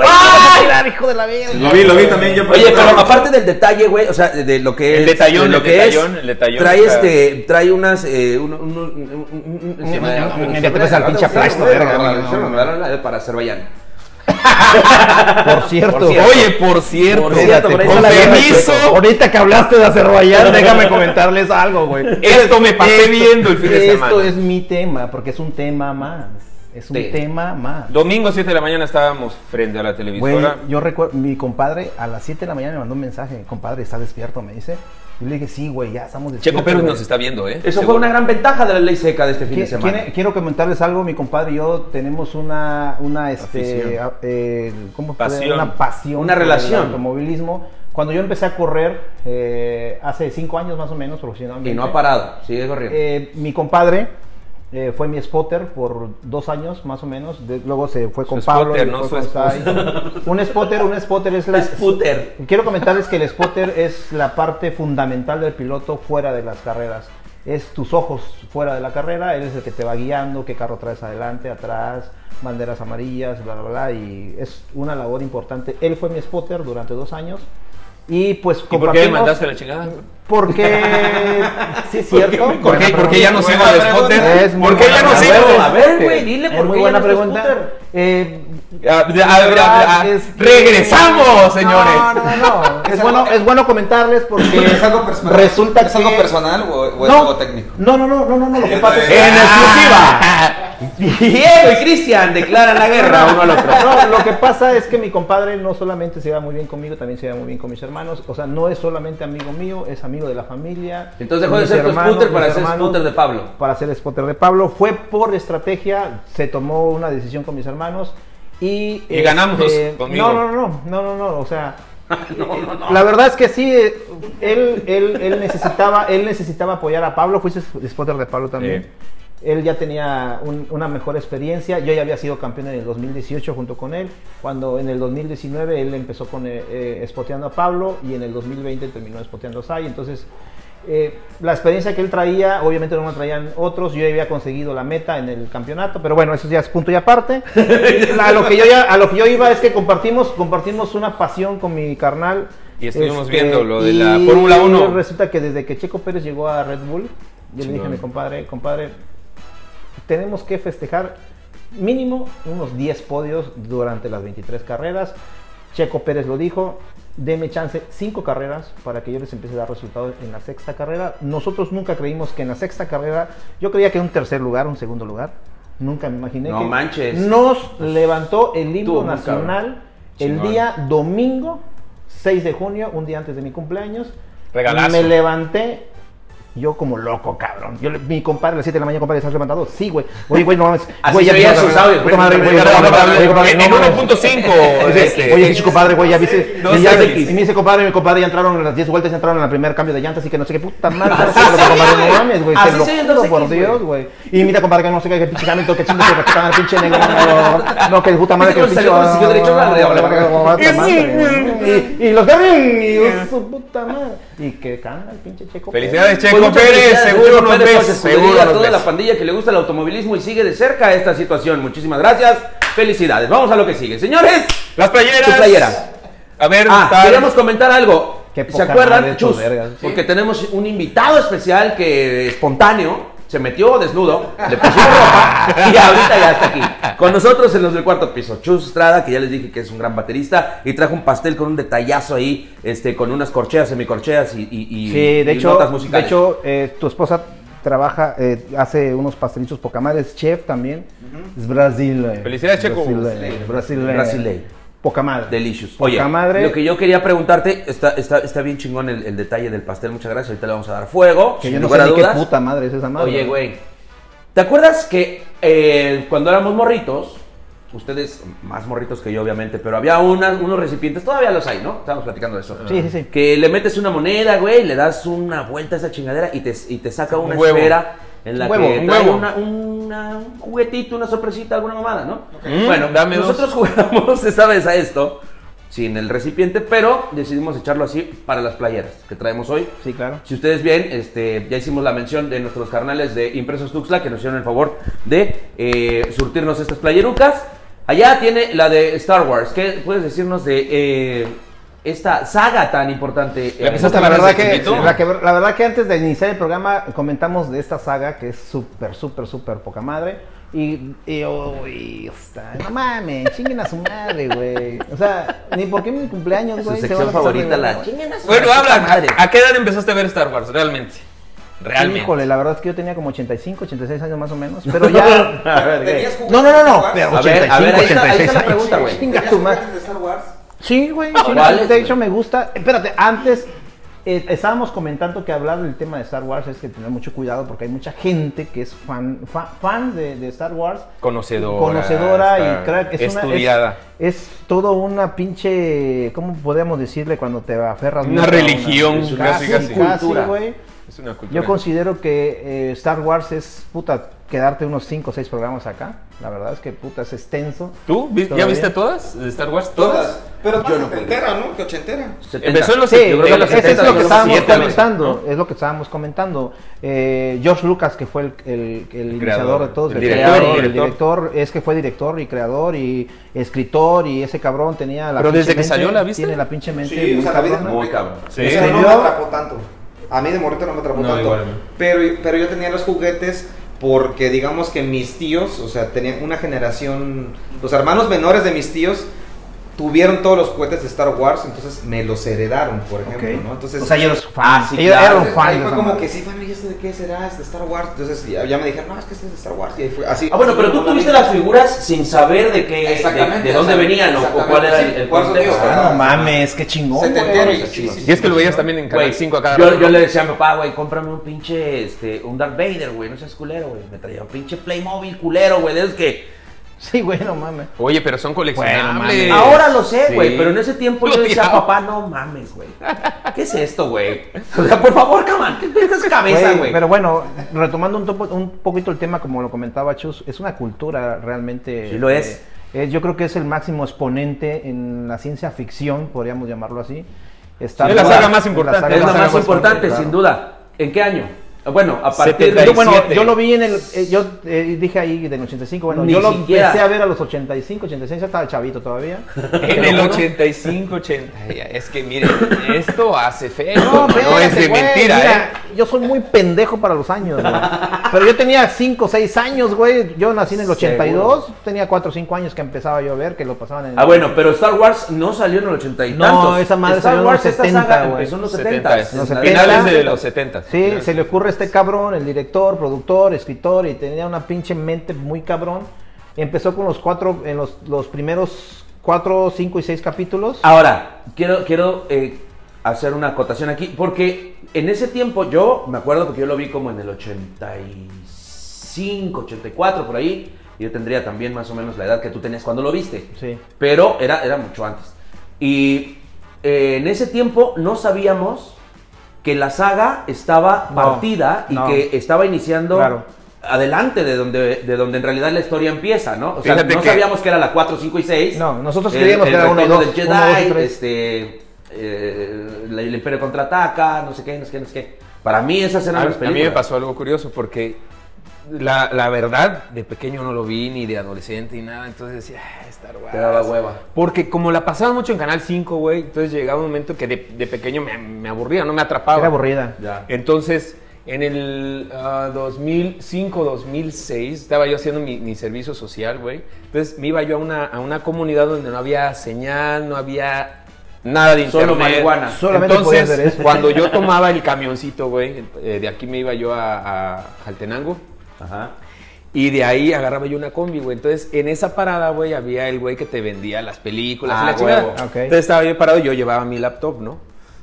C: ¡Ay, la hijo de la verga!
F: Lo vi, lo vi también yo.
B: Oye, pero
F: aparte
B: aparte del detalle, güey, o sea, de, de lo que
D: El
B: es.
D: detallón,
B: de lo
D: el
B: que
D: detallón,
B: es,
D: el detallón
B: Trae
D: está-
B: este, trae unas. Eh, un, un- un- un- un-
C: no, no,
B: un-
C: no, te pasa al pinche aplasto, verga, no, no, no.
B: Para Azerbaiyán.
C: Por cierto.
B: Por cierto.
D: Oye, por cierto,
B: Por cierto, por ahí está
D: con
B: la guerra de
D: permiso,
C: Ahorita que hablaste de Azerbaiyán, déjame comentarles algo, güey.
D: esto me Eh, pasé viendo el fin de semana.
C: Esto es mi tema, porque es un tema más. Es un
B: Sí.
C: tema más.
D: Domingo 7 de la mañana estábamos frente a la
C: Güey,
D: televisora.
C: yo recuerdo, mi compadre a las 7 de la mañana me mandó un mensaje, compadre, ¿está despierto? Me dice. Y le dije, sí, güey, ya estamos despiertos.
D: Checo Pérez
C: güey".
D: nos está viendo, ¿eh?
B: Eso fue
D: Seguro.
B: una gran ventaja de la ley seca de este fin de
C: Qui-
B: semana.
C: quiere- Quiero comentarles algo, mi compadre y yo tenemos una, una, este,
D: Afición.
C: a- eh, ¿cómo se
D: Pasión.
C: puede? una pasión,
B: Una
C: por el
B: relación.
C: automovilismo. Cuando yo empecé a correr eh, hace cinco años más o menos profesionalmente,
B: Y no ha parado, sigue corriendo.
C: eh, mi compadre eh, fue mi spotter por dos años más o menos. De- luego se fue con
D: Su
C: Pablo.
D: spotter,
C: y
D: ¿no?
C: fue
D: Su
C: con Sai. Un spotter, un spotter es la.
B: Scooter.
C: Quiero comentarles que el spotter es la parte fundamental del piloto fuera de las carreras. es tus ojos fuera de la carrera, él es el que te va guiando, qué carro traes adelante, atrás, banderas amarillas, bla, bla, bla, y es una labor importante. Él fue mi spotter durante dos años y pues
D: ¿Y por qué me
C: compartimos-
D: mandaste a la chingada?
C: Porque, sí es
D: ¿Por qué,
C: cierto.
D: por qué-
C: Buena
D: por qué ya no
C: pregunta.
D: sigo al spotter?
C: Es muy
D: ¿Por qué ya
C: buena
D: no sigo?
C: pregunta.
B: A ver, güey, dile
C: pues, Es
B: por
C: muy
B: qué ya
C: buena
B: no es
C: pregunta. Eh,
D: Ah, ah, ah, ah,
C: es que-
D: ¡Regresamos, señores!
C: No, no, no. Es,
F: Es
C: bueno,
F: algo-
C: es bueno comentarles porque
F: ¿Es algo personal?
C: resulta
F: ¿Es algo
C: que-
F: personal o, o es
C: No.
F: algo técnico?
C: No, no, no, no, no, no, Lo que
F: Yo
C: pasa es
F: también.
C: que.
D: ¡En exclusiva!
B: Diego y Cristian declaran la guerra uno al otro.
C: No, lo que pasa es que mi compadre no solamente se lleva muy bien conmigo, también se lleva muy bien con mis hermanos. O sea, no es solamente amigo mío, es amigo de la familia.
B: Entonces dejó de
C: mis
B: ser tu
C: hermanos,
B: scooter para
C: mis
B: ser
C: hermanos,
B: scooter de Pablo.
C: Para ser scooter de Pablo. Fue por estrategia, se tomó una decisión con mis hermanos y. este,
D: Y ganamos conmigo.
C: No, no, no, no, no, no, o sea. La verdad es que sí, eh, él, él, él necesitaba, él necesitaba apoyar a Pablo, fuiste spotter de Pablo también.
D: Sí.
C: Él ya tenía un- una mejor experiencia, yo ya había sido campeón en el 2018 junto con él, cuando en el 2019 él empezó con eh, eh, spoteando a Pablo y en el 2020 terminó spoteando a Sai, entonces eh, la experiencia que él traía, obviamente no la traían otros, yo ya había conseguido la meta en el campeonato, pero bueno, eso ya es punto y aparte. La- a, lo que yo ya- a lo que yo iba es que compartimos, compartimos una pasión con mi carnal. Este,
D: Y estuvimos viendo lo de la Fórmula 1.
C: Resulta que desde que Checo Pérez llegó a Red Bull, yo le dije a mi
D: Chingón.
C: compadre, compadre, tenemos que festejar mínimo unos 10 podios durante las 23 carreras. Checo Pérez lo dijo, deme chance 5 carreras para que yo les empiece a dar resultados en la sexta carrera. Nosotros nunca creímos que en la sexta carrera, yo creía que un tercer lugar, un segundo lugar, nunca me imaginé
B: No
C: que
B: manches.
C: nos levantó el
B: Estuvo
C: himno
B: muy cabrón.
C: nacional el
D: Chingón.
C: día domingo 6 de junio, un día antes de mi cumpleaños.
D: Regalazo.
C: Me levanté yo como loco, cabrón. Yo, le- mi compadre, a las 7 de la mañana, compadre, ¿estás levantado? Sí, güey. Oye, güey, no mames.
B: Así
C: Güey,
B: se veía
C: puta
B: sus
C: madre,
B: audios,
C: puta madre,
B: güey,
C: güey,
B: no,
C: no,
B: no,
C: compadre,
B: no,
C: güey, compadre,
D: en-
C: no
D: en
C: mames.
D: 1.5,
C: Oye,
D: este,
C: Oye, pinche compadre, güey, ya viste.
D: No
C: y, ya-
D: sé,
C: y me dice, compadre, mi compadre, ya entraron en las 10 vueltas, entraron en el primer cambio de llanta, así que no sé qué puta madre.
B: Así
C: pero,
B: se
C: compadre,
B: ve,
C: no mames, güey.
B: así
C: te lo
B: se ve en dos
C: juro por
B: X,
C: Dios, güey. Y mira, compadre, que no sé qué, que pinche cambio, que chingo, que respetaban al pinche negro. no, No, que puta madre, que
B: ¿Viste
C: pinche. Ah,
B: cómo salió con el derecho, madre?
C: Puta madre, güey. Y y los cargan y su puta madre. Y que canta el pinche Checo. Pérez.
D: Felicidades, Checo
B: Pues muchas
D: Pérez.
B: felicidades,
D: Seguro
B: Checo
D: nos
B: Pérez,
D: ves.
B: Jorge Escudería,
D: Seguro
B: a
D: nos
B: toda
D: ves.
B: la pandilla que le gusta el automovilismo y sigue de cerca esta situación. Muchísimas gracias. Felicidades. Vamos a lo que sigue. Señores,
D: Las playeras.
B: Su playera.
D: A ver,
B: ah,
D: tal-
B: queríamos comentar algo.
C: Qué
B: ¿Se
C: poca madre
B: acuerdan?
C: estos
B: Chus,
C: vergas.
B: porque tenemos un invitado especial que espontáneo se metió desnudo, le pusimos ropa y ahorita ya está aquí. Con nosotros en los del cuarto piso, Chus Estrada, que ya les dije que es un gran baterista y trajo un pastel con un detallazo ahí, este, con unas corcheas, semicorcheas y, y, y-
C: Sí, de
B: y
C: hecho,
B: notas
C: de
B: musicales.
C: hecho eh, tu esposa trabaja, eh, hace unos pastelitos poca madre, es chef también. Es eh, brasileño.
D: Felicidades, Checo.
C: Brasileño. Brasileño.
B: Brasileño.
C: eh, Poca madre.
B: eh. Delicious.
C: Poca
B: Oye,
C: madre.
B: lo que yo quería preguntarte, está, está, está bien chingón el, el detalle del pastel, muchas gracias, ahorita le vamos a dar fuego.
C: que
B: sin
C: yo no
B: lugar
C: sé
B: a
C: ni qué
B: dudas.
C: puta madre es esa madre.
B: Oye, güey, ¿te acuerdas que eh, cuando éramos morritos, ustedes más morritos que yo obviamente, pero había una- unos recipientes, todavía los hay, ¿no? Estábamos platicando de eso.
C: Sí, sí, sí.
B: Que le metes una moneda, güey, le das una vuelta a esa chingadera y te, y te saca una
D: huevo.
B: esfera en la
D: Un huevo,
B: que
D: un
B: trae
D: huevo.
B: una- una- un juguetito, una sorpresita, alguna mamada, ¿no?
D: Ok.
B: Bueno,
D: Mm, dame dos.
B: nosotros jugamos esta vez a esto sin el recipiente, pero decidimos echarlo así para las playeras que traemos hoy.
C: Sí, claro.
B: Si ustedes ven, este, ya hicimos la mención de nuestros carnales de Impresos Tuxtla que nos hicieron el favor de eh, surtirnos estas playerucas. Allá tiene la de Star Wars. ¿Qué puedes decirnos de eh, esta saga tan importante? Eh,
D: La empezaste
C: La
D: a
C: verdad,
D: desde
C: que,
D: chiquito.
C: la, que- la verdad que antes de iniciar el programa comentamos de esta saga que es súper, súper, súper poca madre. Y, y uy, está, no mames, chinguen a su madre, güey. O sea, ni por qué mi cumpleaños,
B: Su
C: güey. se van
B: sección
C: a pasar
B: favorita,
C: de
B: la
C: verga, güey.
B: chinguen a su
D: Bueno,
B: puta
D: habla. ah,
B: madre.
D: ¿A a qué edad empezaste a ver Star Wars? Realmente. Realmente.
C: Híjole, la verdad es que yo tenía como 85, 86 años más o menos, pero ya...
B: A ver,
F: ¿Tenías
B: ¿qué?
F: juguetes
C: No, no, no, no,
F: de Star
C: pero
B: A
F: Wars?
B: ver, a ver, ahí está- ahí está
C: 86
B: la pregunta, güey.
C: Chinga
F: ¿Tenías
C: tu madre.
F: juguetes de Star Wars?
C: Sí, güey. sí,
B: ¿Cuáles,
C: de
B: güey?
C: hecho, me gusta. Espérate, antes eh, estábamos comentando que hablar del tema de Star Wars es que tener mucho cuidado porque hay mucha gente que es fan, fan, fan de, de Star Wars.
D: Conocedora.
C: Conocedora
D: está
C: y crack. Es una- es-
D: estudiada.
C: es, todo una pinche. ¿Cómo podríamos decirle cuando te aferras?
D: Una
C: mucho a
D: religión,
C: es
D: casi,
C: casi,
D: casi.
C: casi,
B: Cultura.
C: güey.
D: Es una cultura.
C: Yo considero que eh, Star Wars es puta quedarte unos 5 o 6 programas acá. La verdad es que puta, es extenso.
D: ¿Tú? ¿Vi- ¿Ya
C: Todavía.
D: viste todas? ¿De Star Wars?
F: Todas. Pero
B: Yo
F: más
B: no
F: setentera, ¿no? Que ochentera.
B: 70.
D: Empezó en los
C: Sí,
D: set- yo creo que en
C: eso
D: los
C: Eh, es
D: 70,
C: lo que
D: los
C: estábamos
D: 7, algo así,
C: comentando.
D: ¿no?
C: Es lo que estábamos comentando. Eh, Josh Lucas, que fue el, el- el iniciador de todos,
D: el
C: el,
D: director,
C: creador,
D: el
C: el director, es que fue director y creador y escritor y ese cabrón tenía la
D: Pero desde que
C: mente-
D: salió, ¿la viste?
C: Tiene la pinche mente.
F: Sí, o
C: muy
F: sea, la vida
C: cabrona.
B: Muy cabrón.
D: Sí.
F: O sea, no me
C: Yo-
F: atrapó tanto. A mí de morrito no me atrapó
D: No,
F: tanto.
D: igual a mí.
F: pero, pero yo tenía los juguetes porque digamos que mis tíos, o sea, tenían una generación, los hermanos menores de mis tíos tuvieron todos los juguetes de Star Wars, entonces me los heredaron, por ejemplo,
C: Ok.
F: ¿no? Entonces,
C: o sea, ellos fans.
B: sí,
C: ellos
B: claro.
C: eran
F: entonces,
C: fans.
F: ahí
C: de
F: fue
C: esa
F: como
C: madre.
F: que Ah, sí, bueno, ¿y esto de qué será? ¿Es de Star Wars? Entonces ya, ya me dijeron, no, es que este es de Star Wars. Y ahí fue así.
B: Ah, bueno, pero tú tuviste las figuras sin saber de qué, de,
F: Exactamente,
B: de dónde
F: o sea,
B: venían o- o cuál era el, el
F: exactamente, sí, por eso te digo,
B: contexto.
C: Ah, no mames, qué chingón. güey.
F: Setentero y-
C: Está
F: sí,
C: chido.
F: sí, sí.
D: Y es que lo veías también en Canal
B: Güey,
D: 5 a cada
B: yo,
D: rato.
B: yo le decía a mi papá, güey, cómprame un pinche, este, un Darth Vader, güey, no seas culero, güey. Me traía un pinche Playmobil culero, güey, de esos que...
C: Sí, güey, no mames.
D: Oye, pero son coleccionables.
C: mames.
B: Ahora lo sé,
D: Sí.
B: güey, pero en ese tiempo yo
D: Lo
B: decía,
D: odiaba.
B: papá, no mames, güey. ¿Qué es esto, güey? O sea, por favor, cabrón, ¿qué te metes cabeza,
C: Güey,
B: güey?
C: Pero bueno, retomando un, topo- un poquito el tema, como lo comentaba Chus, es una cultura realmente.
B: Sí lo es.
C: eh, es- yo creo que es el máximo exponente en la ciencia ficción, podríamos llamarlo así. Star
D: Sí, es la
C: Wars,
D: saga más
C: es
D: importante,
C: saga
B: es la más importante,
C: claro.
B: sin duda. ¿En qué año? Ah, Bueno, a partir de...
C: Yo, bueno,
D: 87.
C: yo lo vi en el. eh, yo eh, dije ahí del 85. Bueno,
B: Ni
C: yo lo
B: siquiera.
C: empecé a ver a los 85, 86. Ya estaba chavito todavía.
D: En el 85, 80. Ay, Es que miren, esto hace feo. No, es
C: espérate,
D: de
C: güey,
D: mentira,
C: mira,
D: ¿eh?
C: Yo soy muy pendejo para los años, güey. Pero yo tenía 5 o 6 años, güey. Yo nací en el 82. Tenía 4 o 5 años que empezaba yo a ver que lo pasaban en el.
B: Ah, bueno, pero Star Wars no salió en el ochenta y
C: No,
B: tantos.
C: esa madre
B: Star
C: salió en
B: Wars,
C: los
B: esta
C: 70,
B: saga
C: güey.
B: empezó en los
D: 70,
B: 70.
C: los
B: en la-
C: 70.
D: Finales de los 70.
C: Sí, se le ocurre a este cabrón, el director, productor, escritor, y tenía una pinche mente muy cabrón. Empezó con los cuatro, en los, los primeros 4, 5 y 6 capítulos.
D: Ah.
B: Ahora, quiero, quiero eh, hacer una acotación aquí, porque en ese tiempo yo me acuerdo porque yo lo vi como en el 85, 84, por ahí. y Yo tendría también más o menos la edad que tú tenías cuando lo viste.
C: Sí.
B: Pero era, era mucho antes. Y eh, en ese tiempo no sabíamos que la saga estaba
C: No,
B: partida y
C: no.
B: que estaba iniciando
C: Claro.
B: adelante de donde, de donde en realidad la historia empieza, ¿no? O sea,
D: Fíjate
B: no
D: que-
B: sabíamos que era la 4, 5 y 6.
C: No, nosotros
B: El-
C: creíamos
B: el
C: que era uno y
B: retorno
C: dos,
B: del
C: uno, dos y
B: Jedi,
C: tres.
B: este, eh, la- el Imperio contraataca, no sé qué, no sé qué, no sé qué. Para mí esas eran
D: A,
B: las
D: a mí
B: películas.
D: me pasó algo curioso porque la, la verdad, de pequeño no lo vi, ni de adolescente, ni nada. Entonces decía, "Ah, Star Wars.
B: Te daba hueva.
D: Porque como la pasaba mucho en Canal 5, güey, entonces llegaba un momento que de, de pequeño me, me aburría, no me atrapaba.
C: Era aburrida.
B: Ya.
D: Entonces, en el ah, 2005, 2006, estaba yo haciendo mi, mi servicio social, güey. Entonces me iba yo a una, a una comunidad donde no había señal, no había nada de internet.
B: Solo marihuana.
C: Solamente podías ver
D: Entonces,
C: eso.
D: cuando yo tomaba el camioncito, güey, eh, de aquí me iba yo a, a Jaltenango.
B: Ajá.
D: Y de ahí agarraba yo una combi, güey. Entonces, en esa parada, güey, había el güey que te vendía las películas
B: Ah,
D: y la chingada.
B: huevo.
C: Ok.
D: Entonces estaba yo parado y yo llevaba mi laptop, ¿no?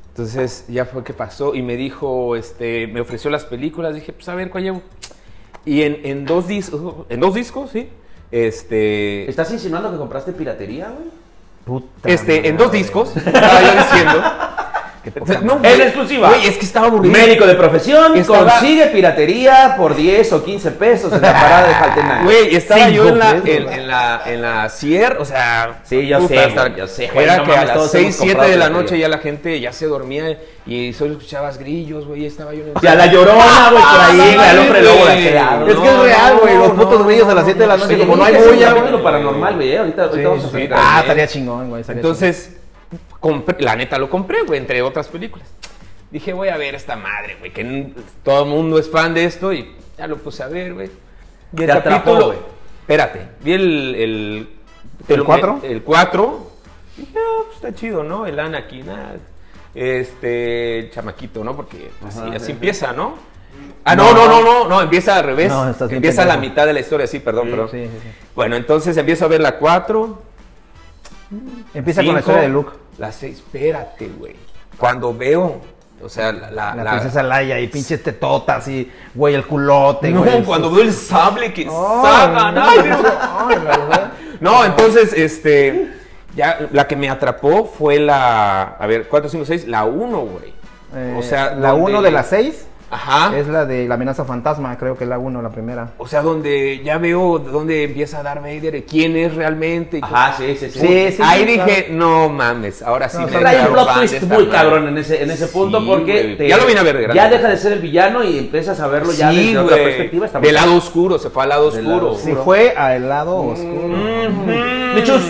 D: Entonces, ya fue que pasó y me dijo, este, me ofreció las películas. Dije, pues a ver, ¿cuál llevo? Y en, en dos discos, en dos discos, sí. Este.
B: ¿Estás insinuando que compraste piratería, güey?
C: Puta
D: Este, en dos
C: madre.
D: discos, estaba yo diciendo. No,
B: En
D: güey,
B: exclusiva.
D: Güey, es que estaba aburrido.
B: Médico de profesión
D: Estaba-
B: consigue piratería por 10 o 15 pesos en la parada de Jaltenango.
D: Güey, estaba yo
C: Cinco
D: en la,
C: pesos,
D: en,
C: güey.
D: en la, en la Cier, o sea.
B: Sí, yo
D: puta,
B: sé,
D: hasta-
B: güey, yo sé, güey,
D: Era
B: no
D: que
B: mames,
D: a las
B: todos
D: 6,
B: hemos
D: 7
B: comprado
D: de la
B: lotería.
D: noche ya la gente ya se dormía y solo escuchabas grillos, güey. Estaba yo en el.
B: O sea, la llorona, güey, por ahí,
D: Ah,
B: güey, el hombre lobo de
D: güey.
B: aquel lado.
C: Es que es
D: No,
C: real,
D: no,
C: güey. los
D: no,
C: putos
D: no,
C: grillos a
D: no,
C: las 7 de la
D: no,
C: noche,
D: sí,
C: como no hay
D: es un
C: bulla, güey.
B: capítulo paranormal, güey, eh, ahorita, ahorita vamos a
D: sí,
B: platicar.
C: Ah,
D: también.
C: estaría chingón, güey. estaría
D: Entonces, compré- la neta lo compré, güey, entre otras películas. Dije, voy a ver esta madre, güey, que n- todo el mundo es fan de esto y ya lo puse a ver, güey. Y
B: Te atrapó, güey.
D: Espérate, vi el. ¿El,
C: ¿El cuatro?
D: El 4. Dije, ah, pues está chido, ¿no? El Anakin, ah, este, el chamaquito, ¿no? Porque así,
B: Ajá,
D: así
B: sí,
D: empieza, ¿no? Ah, no, no, no, no, no, empieza al revés.
C: No, estás bien
D: empieza a la
C: pendejo.
D: mitad de la historia, sí, perdón,
C: chingón.
D: perdón.
C: Sí, sí, sí.
D: Bueno, entonces empiezo a ver la 4,
C: Empieza con
D: Cinco,
C: la historia de Luke.
D: La 6, espérate, güey. Cuando veo, o sea, la. la,
C: La
D: la-
C: princesa Laia y pinches tetotas y, güey, el culote,
D: No,
C: güey.
D: cuando veo el sable que
C: No,
D: saca, no,
C: no, no, la verdad.
D: No, entonces, este. Ya, la que me atrapó fue la. A ver, 4, 5, 6, la 1, güey.
C: Eh,
D: o sea, donde-
C: la
D: Ah.
C: 1 de las 6.
D: Ajá.
C: Es la de la amenaza fantasma, creo que es la 1, la primera.
D: O sea, donde ya veo dónde empieza Darth Vader, y quién es realmente. y
B: Ajá, sí, sí, sí.
C: Sí,
D: todo. Ahí dije, no mames, ahora sí
C: No,
D: me
C: trae
B: Trae
D: hago
B: un plot
D: fan de
B: twist
D: esta
B: muy
D: madre.
B: cabrón en ese, en ese punto
D: Sí,
B: porque
D: güey. Ya lo vine a ver de grande.
B: Ya deja de ser el villano y empiezas a verlo ya
D: Sí,
B: desde otra
D: güey,
B: perspectiva. está
D: De
B: muy
D: lado oscuro, se fue al lado
B: Del
D: oscuro. Mm.
B: lado
C: Si
B: oscuro.
C: fue al lado oscuro.
B: cabrón. Michus,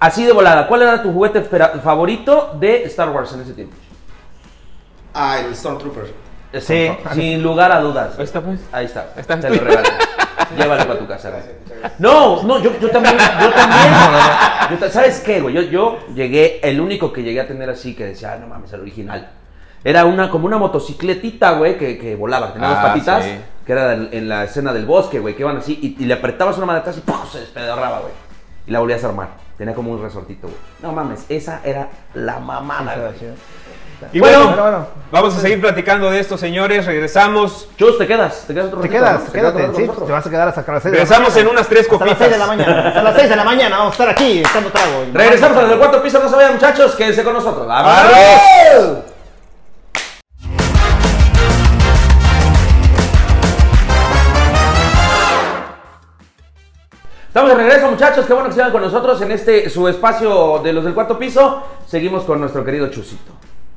B: así de volada, ¿cuál era tu juguete fera- favorito de Star Wars en ese tiempo?
F: Ah, el Stormtrooper.
C: Sí.
B: Sin lugar a dudas.
D: Ahí está, pues.
B: Ahí está.
D: Ahí está.
B: Te lo regalo. Llévalo para tu casa. güey. No, no, yo, yo también, yo también. Yo ta- ¿Sabes qué, güey? Yo, yo llegué, el único que llegué a tener así que decía, "Ah, no mames, el original. Era una, como una motocicletita, güey, que, que volaba, tenía dos
D: Ah,
B: patitas,
D: sí.
B: que era del- en la escena del bosque, güey, que iban así, y, y le apretabas una mano atrás y ¡pum! se despedarraba, güey. Y la volvías a armar. Tenía como un resortito, güey. No mames, esa era la mamada, güey.
D: Y
C: Bueno,
D: bueno,
C: pero bueno.
D: vamos a seguir platicando de esto, señores. Regresamos.
B: Chus, ¿te quedas? ¿Te quedas otro
C: Te
B: ratito,
C: quedas,
B: no?
C: quédate,
B: quedas
C: sí, pues,
B: otro rato?
C: te vas a quedar hasta las 6
D: Regresamos en unas tres
C: Hasta las
D: copitas.
C: 6 de la mañana. Hasta las 6 de la mañana vamos a estar aquí echando trago.
B: Regresamos desde el cuarto piso, no se vayan muchachos, quédense con nosotros.
D: ¡Arroz!
B: Estamos de regreso muchachos, qué bueno que sigan con nosotros en este su espacio de los del cuarto piso. Seguimos con nuestro querido Chusito.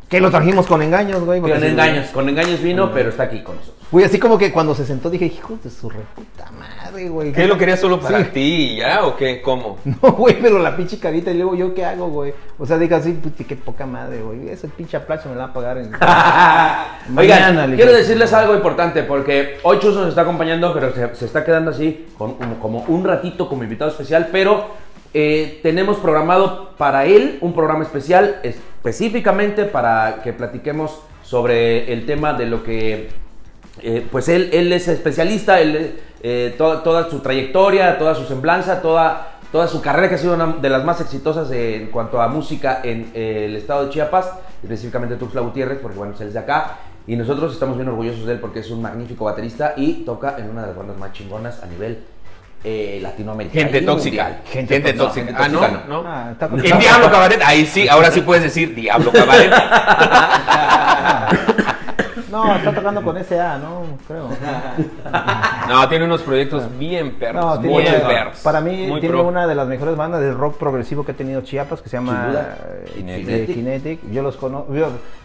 C: Que lo trajimos con engaños, güey. porque
B: Con
C: sí,
B: engaños, con engaños vino, pero está aquí con nosotros.
C: Güey, así como que cuando se sentó dije, hijo de su re puta madre, güey.
D: ¿Qué lo querías solo para
C: Sí.
D: ti ya o qué? ¿Cómo?
C: No, güey, pero la pinche carita y luego yo qué hago, güey. O sea, dije así, puti, qué poca madre, güey. Ese pinche aplazo me la va a pagar en... Mañana,
B: Oigan,
C: le
B: quiero
C: dije.
B: decirles algo importante porque hoy Chus nos está acompañando, pero se, se está quedando así con- como, como un ratito como invitado especial, pero eh, tenemos programado para él un programa especial específicamente para que platiquemos sobre el tema de lo que Eh, pues él, él es especialista, él, eh, to- toda su trayectoria, toda su semblanza, toda, toda su carrera que ha sido una de las más exitosas eh, en cuanto a música en eh, el estado de Chiapas, específicamente Tuxtla Gutiérrez, porque bueno, él es de acá. Y nosotros estamos bien orgullosos de él porque es un magnífico baterista y toca en una de las bandas más chingonas a nivel eh, latinoamericano.
D: Gente
B: y
D: tóxica.
B: mundial.
D: Gente, tóxica. Ah, no, no.
C: Ah, está con-
D: En Diablo Cabaret, ahí sí, ahora sí puedes decir Diablo Cabaret.
C: No, está tocando con S.A., ¿no? Creo.
D: No, tiene unos proyectos bien perros,
C: No,
D: muy
C: tiene-
D: perros.
C: Para mí
D: Muy
C: tiene
D: pro.
C: una de las mejores bandas de rock progresivo que ha tenido Chiapas, que se
B: Sin
C: llama
B: duda.
C: eh,
B: Kinetic.
C: eh, Kinetic. Yo los conozco.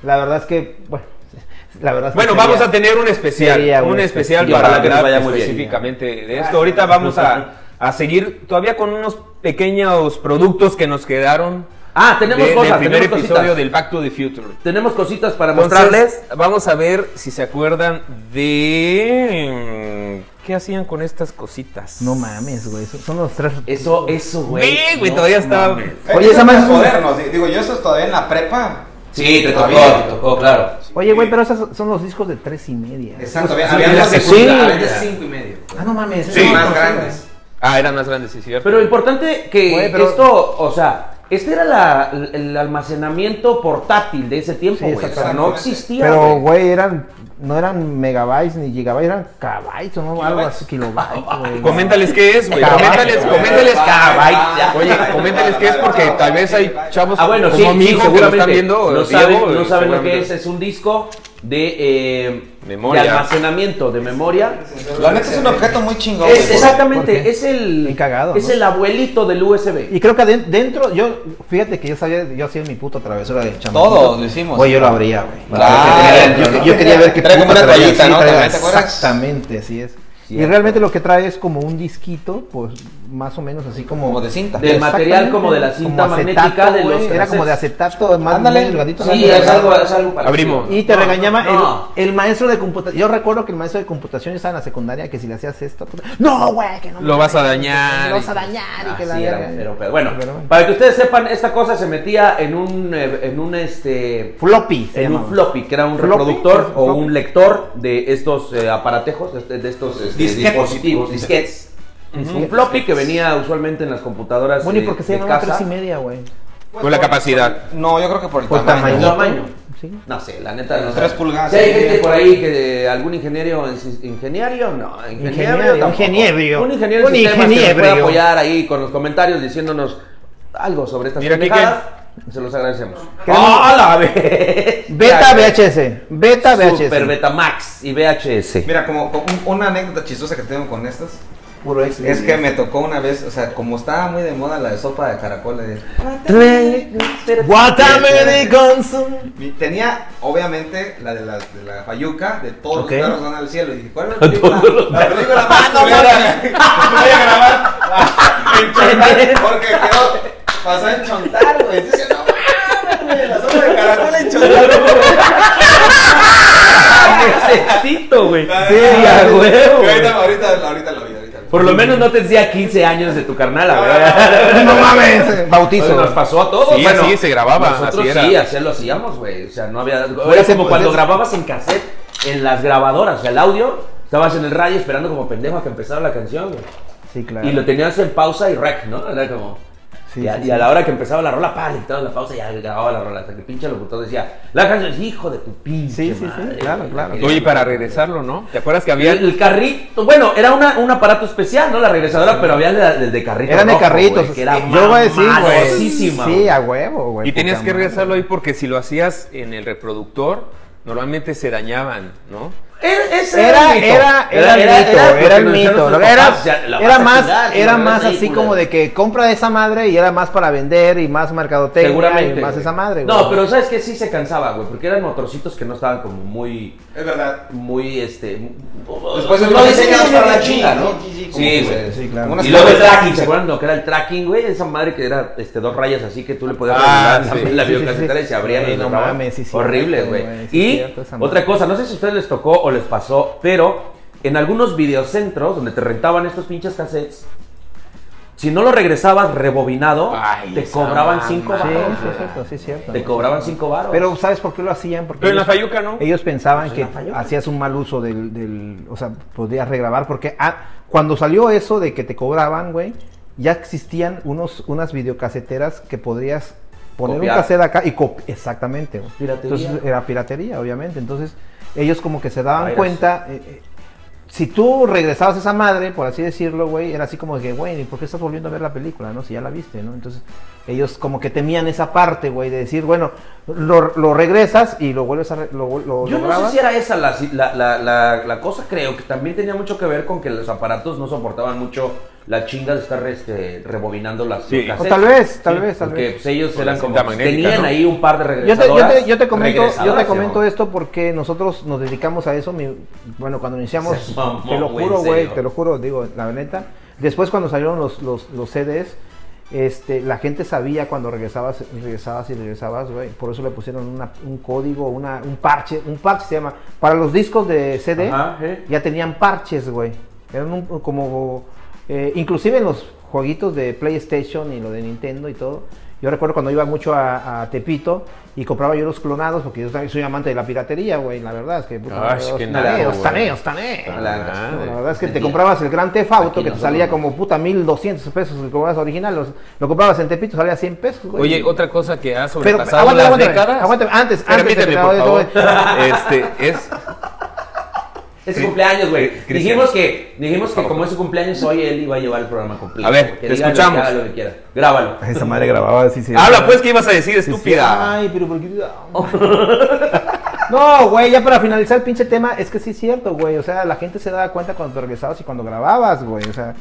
C: La verdad es que, bueno, la verdad es que
D: Bueno,
C: sería-
D: vamos a tener un especial,
C: sería
D: un
C: un
D: especial
C: especial.
D: para
B: Ojalá que nos
D: hablar
B: vaya muy bien.
D: específicamente de esto. Ahorita vamos a, a seguir todavía con unos pequeños productos que nos quedaron
B: Ah, tenemos
D: de-
B: cosas,
D: del primer
B: tenemos
D: episodio
B: cositas.
D: del Back to the Future.
B: Tenemos cositas para
D: Entonces,
B: mostrarles.
D: vamos a ver si se acuerdan de qué hacían con estas cositas.
C: No mames, güey. son- Son los tres.
B: Eso, eso, güey.
D: Ve, güey,
B: No
D: todavía estaba.
B: mames.
C: Oye, esa más-
F: modernos. Digo, yo eso todavía en la prepa.
B: Sí, te tocó,
F: Todavía.
B: te tocó, claro.
C: Oye, güey, pero esos son los discos de tres y media.
F: Exacto,
B: Pues,
F: había,
D: Sí,
F: había
D: de la
F: unos de
D: secundaria.
F: cinco, había de cinco y medio.
C: Ah, no mames.
D: Sí.
C: esos
F: más
C: son-
F: grandes.
D: Ah, eran más grandes, sí, cierto.
B: Pero importante que
C: Güey, pero-
B: esto, o sea, este era la- el almacenamiento portátil de ese tiempo,
C: Sí,
B: güey. O sea,
F: exactamente.
B: no existía.
C: Pero,
B: güey.
C: güey, eran, no eran megabytes ni gigabytes, eran kbytes o no, algo así, kilobytes, güey.
D: Coméntales qué es, güey.
C: Caballo,
D: Coméntales,
C: güey.
D: coméntales.
F: Caballo.
D: Caballo. Oye, coméntales qué es porque tal vez hay chavos
B: Ah, bueno, sí,
D: como mi
B: sí,
D: hijo que lo
B: seguramente.
D: están viendo.
B: no
D: Diego,
B: saben, no
D: eh,
B: saben lo que es.
D: seguramente.
B: Es un disco de, eh,
D: Memoria.
B: de almacenamiento, de memoria.
F: La neta es un objeto muy chingón.
B: Es-
F: güey.
B: exactamente,
C: ¿Por qué?
B: es el,
C: Bien cagado,
B: es
C: ¿no?
B: el abuelito del USB.
C: Y creo que aden- dentro, yo, ffíjate que yo sabía, yo hacía mi puta travesura de chamba.
F: Todos lo hicimos.
C: Güey, yo lo abría, güey.
F: Claro,
C: yo,
F: ¿no?
C: yo quería ver qué
F: Trae como
C: puta
F: una
C: traía,
F: toallita,
C: sí,
F: ¿no?
C: traía-
F: También, ¿te acuerdas?
C: Exactamente, así es. Y
B: Cierto.
C: realmente lo que trae es como un disquito, pues más o menos así como.
F: Como de cinta.
B: Del material como de la cinta
C: Como
B: magnética
C: acetato,
B: de los
C: güey, Era como de
B: cassettes.
C: acetato, más
F: Ándale.
C: muy delgadito.
B: Sí,
C: Ándale.
B: es algo, es algo para
D: Abrimos.
C: Y te
B: No,
C: regañaba
B: no.
C: El, el maestro de computación. Yo recuerdo que el maestro de computación estaba en la secundaria que si le hacías esto, pues, no, güey, que no
D: Lo
C: me-
D: vas a dañar.
C: Lo vas a dañar y
B: Ah,
C: que la
B: sí, era-
C: verga.
B: era un pedo. Bueno,
C: Pero bueno.
B: para que ustedes sepan, esta cosa se metía en un, eh, en un, este,
C: Floppy. se
B: en un
C: llamaba.
B: floppy, que era un
C: Floppy,
B: reproductor
C: sí,
B: o
C: floppy.
B: un lector de estos eh, aparatejos, de, este- de estos este,
F: Disquetes.
B: dispositivos, disquetes. Un floppy que venía usualmente en las computadoras
C: Bueno, ¿y
B: eh,
C: por qué se
B: de
C: llamaba
B: casa.
C: tres y media, güey?
D: Con la capacidad.
F: Pues No, yo creo que por el
C: Por
F: tamaño.
C: tamañito.
B: Tamaño.
C: Sí.
B: No sé, la neta no sé.
F: Tres pulgadas.
B: Si hay gente por ahí que eh, algún ingeniero, en- ingeniero, no, ingeniero,
C: Ingeniero,
B: tampoco.
C: ingeniero.
B: un ingeniero,
C: Un
B: un ingeniero que nos pueda
C: ingeniero.
B: apoyar ahí con los comentarios diciéndonos algo sobre estas
D: Mira,
B: pendejadas. Se los agradecemos.
C: Queremos-
B: ¡Ah, la vez!
C: Beta VHS. Beta VHS.
B: Super Beta Max y VHS.
F: Mira, como, como un- una anécdota chistosa que tengo con estas.
C: Puro éxito.
F: Es que me tocó una vez, o sea, como estaba muy de moda la de sopa de caracoles.
C: What American Sun.
F: Mi- Tenía, obviamente, la de la, de la fayuca, de todos
C: Ok.
F: los perros van al cielo. Y dije, ¿cuál es la película? La película más
C: no
F: culera que voy a grabar en Chontal, porque quedó, pasó en Chontal, güey. Dice, no mames, güey, la sopa de caracol en Chontal.
B: Necesito, güey.
F: Sí,
B: a huevo,
F: Y
B: güey.
F: Ahorita, ahorita, ahorita lo vi, ahorita lo vi.
B: Por lo menos no te decía 15 años de tu carnal, la
C: No
B: verdad.
C: mames.
B: Oye, Nos
C: Bautizo.
B: pasó a todos.
D: Sí, así se grababa,
B: Nosotros
D: así era.
B: sí, así lo hacíamos, güey. O sea, no había. Era
C: eso,
B: como
C: pues,
B: cuando
C: es-
B: grababas en cassette, en las grabadoras. O sea, el audio, estabas en el radio esperando como pendejo a que empezara la canción, güey.
C: Sí, claro.
B: Y lo tenías en pausa y rec, ¿no? Era como.
C: Sí,
B: y, a,
C: sí,
B: y a
C: sí.
B: la hora que empezaba la rola, pa, le quitabas la pausa y ya grababa la rola. Hasta que pinche locutor decía, la canción es hijo de tu pinche.
C: Sí, sí, sí,
B: madre,
C: claro,
B: güey".
C: claro.
D: Oye, para regresarlo, ¿no? ¿Te acuerdas que
B: El,
D: había
B: el carrito, bueno, era una, un aparato especial, ¿no? La regresadora, pero había el de, el de carrito.
C: Eran de
B: rojo,
C: carritos.
B: güey, que era
C: Yo voy a decir, güey.
B: mamadosísima,
C: Sí, a huevo, güey.
D: Y tenías
C: puta
D: que
C: madre.
D: regresarlo ahí porque si lo hacías en el reproductor, normalmente se dañaban, ¿no?
B: Era, ese
C: Era,
B: el
C: era, era, el mito, era,
B: porque
C: el
B: nos decían
C: mito.
B: nuestros
C: Era,
B: papás, ya, la
C: era
B: vas a
C: más,
B: chingar,
C: era
B: y la
C: más
B: ridícula.
C: así como de que compra esa madre y era más para vender y más mercadotecnia
B: Seguramente.
C: y más
B: güey.
C: esa madre, güey.
B: No, pero sabes que sí se cansaba, güey, porque eran motorcitos que no estaban como muy,
F: Es verdad.
B: muy, este.
F: Después
B: no
F: de lo
B: diseñados
F: diseñados para la
B: chinga,
F: chinga,
B: ¿no?
F: ¿no?
B: Sí, güey.
C: sí, claro.
F: Como unas
B: Y luego el
F: cosas-
B: tracking, ¿se acuerdan lo que era el tracking, güey? Esa madre que era este, dos rayas así que tú le podías
D: Ah,
B: regular
D: sí.
B: la, la
C: Sí, sí,
B: videocasetera
C: sí.
B: y se abrían.
C: Güey,
B: y
C: no
B: cerraban.
C: mames, sí, sí,
B: Horrible,
C: cierto,
B: güey.
C: güey, sí,
B: Y
C: cierto, esa madre.
B: otra cosa, no sé si a ustedes les tocó o les pasó, pero en algunos videocentros donde te rentaban estos pinches cassettes, si no lo regresabas rebobinado,
D: Ay,
B: te
D: esa
B: cobraban
D: mamá.
B: cinco
C: Sí,
B: baros.
C: sí, es cierto, sí, es cierto.
B: Te cobraban cinco baros.
C: Pero ¿sabes por qué lo hacían? Porque
D: Pero en la
C: ellos-
D: Fayuca, ¿no?
C: Ellos pensaban
B: Pues en
C: que
B: la falló.
C: hacías un mal uso del, del- o sea, podías regrabar, porque ah, cuando salió eso de que te cobraban, güey, ya existían unos, unas videocaseteras que podrías poner
B: Copiar.
C: un cassette acá y copiar. Exactamente, güey.
B: Piratería.
C: Entonces era piratería, obviamente. Entonces ellos como que se daban
B: Ah, era
C: cuenta... eh, eh, si tú regresabas a esa madre, por así decirlo, güey, era así como que, güey, ¿y por qué estás volviendo a ver la película, no? Si ya la viste, ¿no? Entonces, ellos como que temían esa parte, güey, de decir, bueno, lo, lo regresas y lo vuelves a... re- lo, lo-
B: Yo no
C: lo
B: sé
C: grabas.
B: si era esa la, la- la- la- la cosa, creo que también tenía mucho que ver con que los aparatos no soportaban mucho la chinga de estar este, rebobinando las
D: Sí.
B: cassettes.
C: O tal vez, tal vez, tal
B: Porque
C: vez.
B: pues, ellos eran
D: la
B: como,
D: cinta magnética,
B: tenían
D: ¿no?
B: ahí un par de
C: Yo te, yo,
B: regresadoras.
C: te, yo te comento, yo te
B: regresadoras,
C: comento
B: ¿no?
C: esto porque nosotros nos dedicamos a eso. mi- bueno, cuando iniciamos,
B: Se mamó,
C: te lo
B: güey,
C: juro,
B: en
C: güey,
B: serio.
C: te lo juro, digo, la neta. Después cuando salieron los, los, los CDs, este, la gente sabía cuando regresabas, regresabas y regresabas, güey. Por eso le pusieron una- un código, una, un parche, un parche se llama. Para los discos de CD,
B: Ajá, ¿eh? sí.
C: ya tenían parches, güey. Eran un- como. eh, inclusive en los jueguitos de PlayStation y lo de Nintendo y todo. Yo recuerdo cuando iba mucho a, a Tepito y compraba yo los clonados, porque yo también soy amante de la piratería, güey. La verdad es que.
D: Ay,
C: los
D: qué
C: taneos,
D: naco, güey.
C: taneos, taneos.
D: Ah,
C: La,
D: madre.
C: la verdad es que te
B: Mentira.
C: comprabas el gran Theft Auto,
B: Aquí
C: que te
B: nosotros
C: salía
B: no.
C: como puta 1200 pesos, el comprabas original. los- lo comprabas en Tepito, salía 100 pesos, güey.
D: Oye, otra cosa que ha
C: Pero
D: sobrepasado
C: aguántame,
D: las
C: aguántame,
D: décadas.
C: aguántame, Antes, antes. de
D: Permíteme,
C: que
D: por
C: te-
D: favor. Este, es
B: Es su cumpleaños, güey.
D: Cristian.
B: Dijimos que, dijimos que como es su cumpleaños hoy, él iba a llevar el programa completo.
D: A ver,
B: Que diga
D: te
B: lo que
D: escuchamos.
B: haga, lo que quiera. Grábalo.
C: Esa madre grababa así, sí.
D: Habla pues, ¿qué ibas a decir, estúpida?
C: Ay, pero ¿por qué?
B: Oh.
C: No, güey, ya para finalizar el pinche tema, es que sí es cierto, güey. O sea, la gente se daba cuenta cuando te regresabas y cuando grababas, güey. O sea,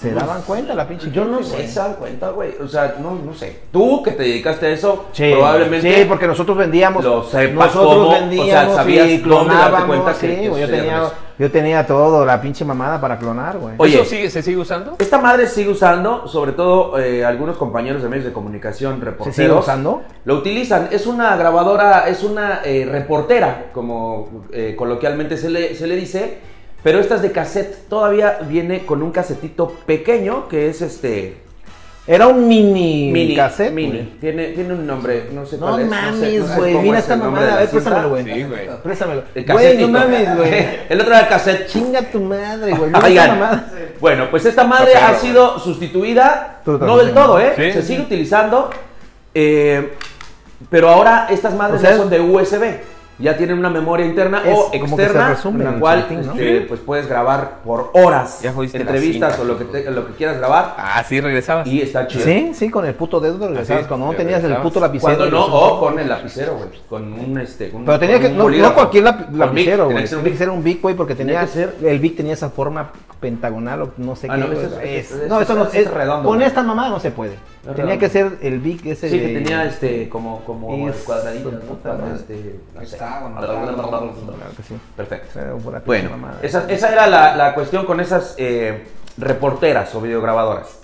C: se daban cuenta la pinche.
B: Yo no
C: gente,
B: sé,
C: güey.
B: se dan cuenta, güey. O sea, no, no sé. Tú que te dedicaste a eso,
C: Sí,
B: probablemente.
C: sí, porque nosotros vendíamos.
B: lo sepas
C: nosotros
B: cómo, o sea,
C: vendíamos
B: sabías
C: y
B: dónde darte
C: clonábamos.
B: cuenta que-
C: sí,
B: que
C: güey, yo,
B: sucedía
C: tenía,
B: eso.
C: yo tenía todo, la pinche mamada para clonar, güey.
B: Oye.
D: ¿Eso sigue- se sigue usando?
B: Esta madre se sigue usando, sobre todo eh, algunos compañeros de medios de comunicación, reporteros.
C: sigue usando?
B: Lo utilizan. Es una grabadora, es una eh, reportera, como eh, coloquialmente se le, se le dice. Pero esta es de cassette. Todavía viene con un casetito pequeño que es este.
C: Era un mini, cassette.
B: Mini.
C: güey.
B: Tiene, tiene un nombre, no sé
C: No
B: cuál es. sé,
C: mames,
B: sé
C: güey.
B: cómo
C: mira
B: es
C: esta
B: el nombre
C: mamada. A
B: de la
C: ver, préstamelo,
B: cinta.
C: güey.
D: Sí, güey.
C: Préstamelo.
B: El
C: Güey, no
B: casetito.
C: mames, güey.
B: el otro era cassette.
C: Chinga tu madre, güey.
B: Ah,
C: Mira esta
B: oigan,
C: mamada.
B: bueno, pues esta madre
D: Está
B: ha
D: perro,
B: sido sustituida,
C: Tú
B: no del
C: también.
B: todo, ¿eh?
D: Sí,
B: Se
D: sí.
B: sigue utilizando, eh, pero ahora estas madres
C: O sea,
B: ya son de USB. ya tienen una memoria interna
C: Es
B: o
C: como que se
B: externa,
C: resume
B: en la
C: en
B: cual
C: chiquitín, ¿no?
B: este,
D: Sí.
B: pues puedes grabar por horas
G: Ya jodiste la
B: entrevistas
G: cinta.
B: o lo que, te- lo que quieras grabar
G: Ah, sí, regresabas.
B: y está chido.
C: Sí, sí, con el puto dedo regresabas.
G: Así,
C: Cuando no
G: te
C: tenías el
G: regresabas.
C: puto lapicero.
B: Cuando no,
C: regresabas.
B: o con el lapicero, güey. Con un este. con-
C: Pero tenía
B: con
C: que,
B: un
C: no,
B: bolígrafo.
C: no cualquier lap-
B: Con
C: lapicero,
B: Bic,
C: güey.
B: tenía
C: Tenía que ser un Bic, güey, porque tenía,
B: Tenía que
C: ser, el Bic tenía esa forma pentagonal o no sé
B: Ah,
C: qué.
B: no,
C: güey.
B: eso es-
C: Es-
B: eso
C: no,
B: es-
C: eso no
B: eso es
C: es
B: redondo,
C: Con
B: güey.
C: esta mamá no se puede. Tenía
B: redondo.
C: que ser el Bic ese
B: Sí, que
C: de-
B: tenía este, como, como
C: Es-
B: cuadradito, ¿no?
C: puta
B: Cuadra-
C: madre.
B: este, no sé.
F: Hexágono,
C: Claro que sí.
B: Perfecto.
C: Pero por la
B: Bueno,
C: pinche mamada.
B: esa, esa era la, la cuestión con esas eh, reporteras o videograbadoras.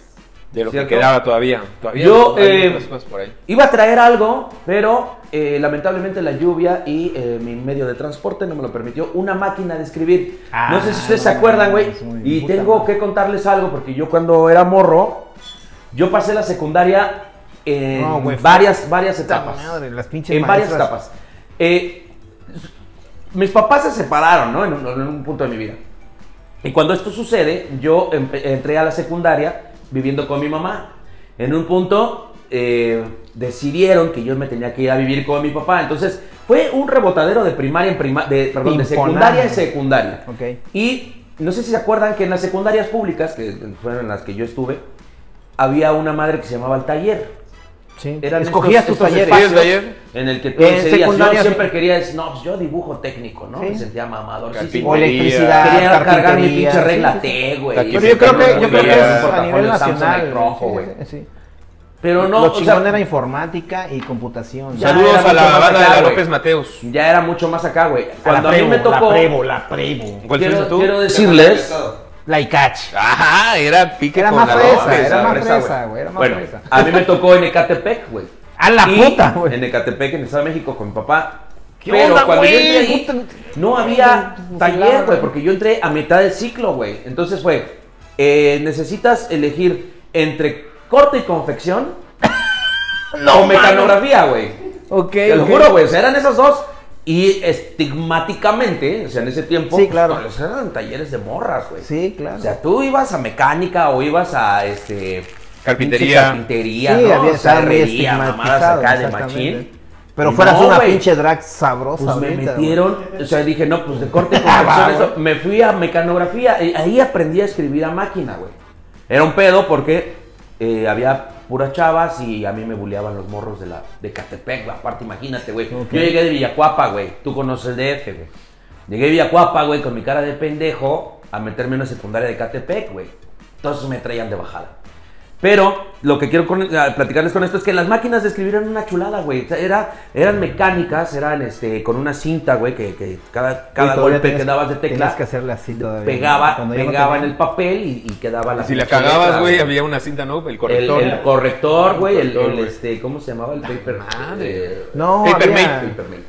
D: De lo
B: ¿Cierto?
D: que quedaba todavía. Todavía
B: Yo,
D: hay
B: eh,
D: muchas cosas por ahí.
B: Iba a traer algo, pero eh, lamentablemente la lluvia y eh, mi medio de transporte no me lo permitió. Una máquina de escribir.
C: Ah,
B: no sé si ustedes
C: no,
B: se acuerdan, güey.
C: es muy
B: Y
C: puta
B: tengo
C: madre.
B: que contarles algo, porque yo cuando era morro, yo pasé la secundaria en
C: No, güey, fue-
B: varias, varias etapas.
C: Madre, las pinches
B: en varias
C: maestras.
B: etapas. Eh, mis papás se separaron, ¿no? En un, en un punto de mi vida. Y cuando esto sucede, yo empe- entré a la secundaria viviendo con mi mamá. En un punto eh, decidieron que yo me tenía que ir a vivir con mi papá. Entonces fue un rebotadero de primaria en prima- de, perdón, de
C: Pimponada.
B: secundaria en secundaria.
C: Ok.
B: Y no sé si se acuerdan que en las secundarias públicas, que fueron en las que yo estuve, había una madre que se llamaba el taller.
C: Sí.
B: Eran
C: Escogías
B: estos-
C: tus
B: estos
C: talleres.
B: espacios
G: Sí, el taller.
B: En el que tú
C: En
B: decidías.
C: secundaria-
B: Yo siempre quería, decir, no, pues yo dibujo técnico, ¿no?
C: Sí.
B: Me sentía mamador. Sí, sí,
G: Carpintería.
C: O
B: güey.
C: electricidad.
B: quería cargar mi
C: carpintería,
B: pinche
C: sí,
B: regla
C: sí, sí.
B: T, güey.
G: Pero
B: y
G: yo
C: Pero yo
B: sentarme
C: creo
B: en
C: que,
B: una
C: yo creo que
B: librería,
C: es
B: un
C: a
B: portafolio
C: nivel
B: Samsung ahí
C: nacional.
B: rojo, güey.
C: Sí, sí, sí.
B: Pero no,
C: Lo
B: o sea,
C: chingón era informática y computación.
B: Ya
D: Saludos
B: era
D: a la
B: mucho más
D: banda de
B: acá,
D: la
B: güey.
D: López Mateos.
B: ya era mucho más acá, güey.
C: A la
B: Cuando a mí
C: Prevo,
B: me tocó,
C: La Prevo, la Prevo.
D: ¿Cuál
B: quiero,
D: fuiste tú?
B: quiero
F: Decirles.
B: decirles...
C: La Icach.
G: Ajá, era pique
C: Era
G: con
C: más
G: la
C: fresa,
G: López,
C: era
G: la
C: más
G: fresa,
C: fresa,
G: güey.
C: güey, era más
B: Bueno,
C: fresa.
B: a mí me tocó en Ecatepec, güey.
C: A la
B: Y
C: puta, güey.
B: En Ecatepec, en el Estado de México, con mi papá.
C: ¿Qué
B: Pero
C: onda,
B: cuando yo
C: güey?
B: entré ahí,
C: Puta-
B: no había
C: Puta-
B: taller, güey, porque yo entré a mitad del ciclo, güey. Entonces fue, eh, necesitas elegir entre corte y confección o mecanografía, güey.
C: Ok.
B: Te lo
C: ok.
B: juro, güey, o sea, eran esas dos. Y estigmáticamente, o sea, en ese tiempo,
C: Sí, claro.
B: pues, eran talleres de morras, güey.
C: Sí, claro.
B: O sea, tú ibas a mecánica o ibas a este
G: Carpintería.
B: pinche carpintería,
C: sí,
B: ¿no?
C: había
B: O sea,
C: estado muy
B: herrería, mamadas
C: estigmatizado.
B: acá de
C: exactamente.
B: machín.
C: Pero
B: Y
C: fueras
B: no,
C: una
B: güey.
C: pinche drag sabrosa.
B: Pues me
C: ahorita,
B: metieron, o sea, dije, no, pues de corte y confección, eso. Me fui a mecanografía, y ahí aprendí a escribir a máquina, güey. Era un pedo porque eh, había puras chavas y a mí me buleaban los morros de la de Catepec, güey. Aparte, imagínate, güey. Yo llegué de Villacuapa, güey. Tú conoces el DF, güey. Llegué de Villacuapa, güey, con mi cara de pendejo a meterme en una secundaria de Catepec, güey. Entonces me traían de bajada. Pero lo que quiero con- a- platicarles con esto es que las máquinas de escribir eran una chulada, güey. O sea, Era, eran mecánicas, eran este, con una cinta, güey, que, que cada,
C: güey.
B: cada
C: Y todavía
B: golpe que
C: tenías-
B: dabas de tecla
C: Tenías que hacerle así todavía. ¿no?
B: pegaba,
C: Cuando ya no
B: pegaba en
C: tenía-
B: el papel y, y quedaba la
D: Si la
B: pinche
D: cagabas,
B: letra,
D: güey, había una cinta, ¿no? El
B: El,
D: corrector.
B: el corrector, güey, el,
D: El corrector,
B: el,
D: güey.
B: este, ¿cómo se llamaba? El paper.
D: madre.
B: eh,
C: No,
D: Paper
C: había-
D: mate,
B: paper mate,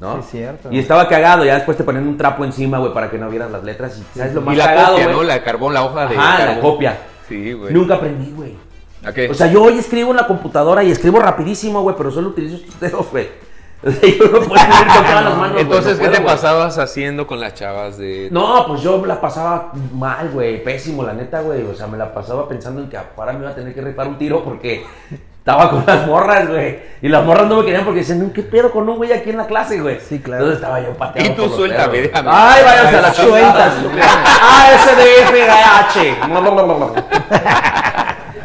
B: ¿No?
C: Sí, es cierto.
B: Y estaba cagado, ya después te ponían un trapo encima, güey, para que no vieras las letras. Y, ¿Sabes lo más
G: Y la
B: cagado,
G: copia,
B: güey?
G: ¿no? La de carbón, la hoja de
B: Ajá, la
G: carbón.
B: copia.
G: Sí, güey.
B: Nunca aprendí, güey.
G: ¿A qué?
B: O sea, yo hoy escribo en la computadora y escribo rapidísimo, güey, pero solo utilizo estos dedos, güey. O sea, yo no puedo escribir con todas las manos. güey,
G: Entonces,
B: no
G: ¿qué
B: puedo,
G: te
B: güey.
G: pasabas haciendo con las chavas de...?
B: No, pues yo la pasaba mal, güey, pésimo, la neta, güey. O sea, me la pasaba pensando en que ahora me iba a tener que rifar un tiro porque estaba con las morras, güey. Y las morras no me querían porque decían, "No, ¿qué pedo con un güey aquí en la clase, güey?
C: Sí, claro.
B: Entonces estaba yo pateado.
G: Y tú
B: por los
G: suéltame,
B: dedos, güey.
G: déjame.
B: Ay, váyanse a las
C: Sueltas.
B: sueltas. Ah, ASDFH.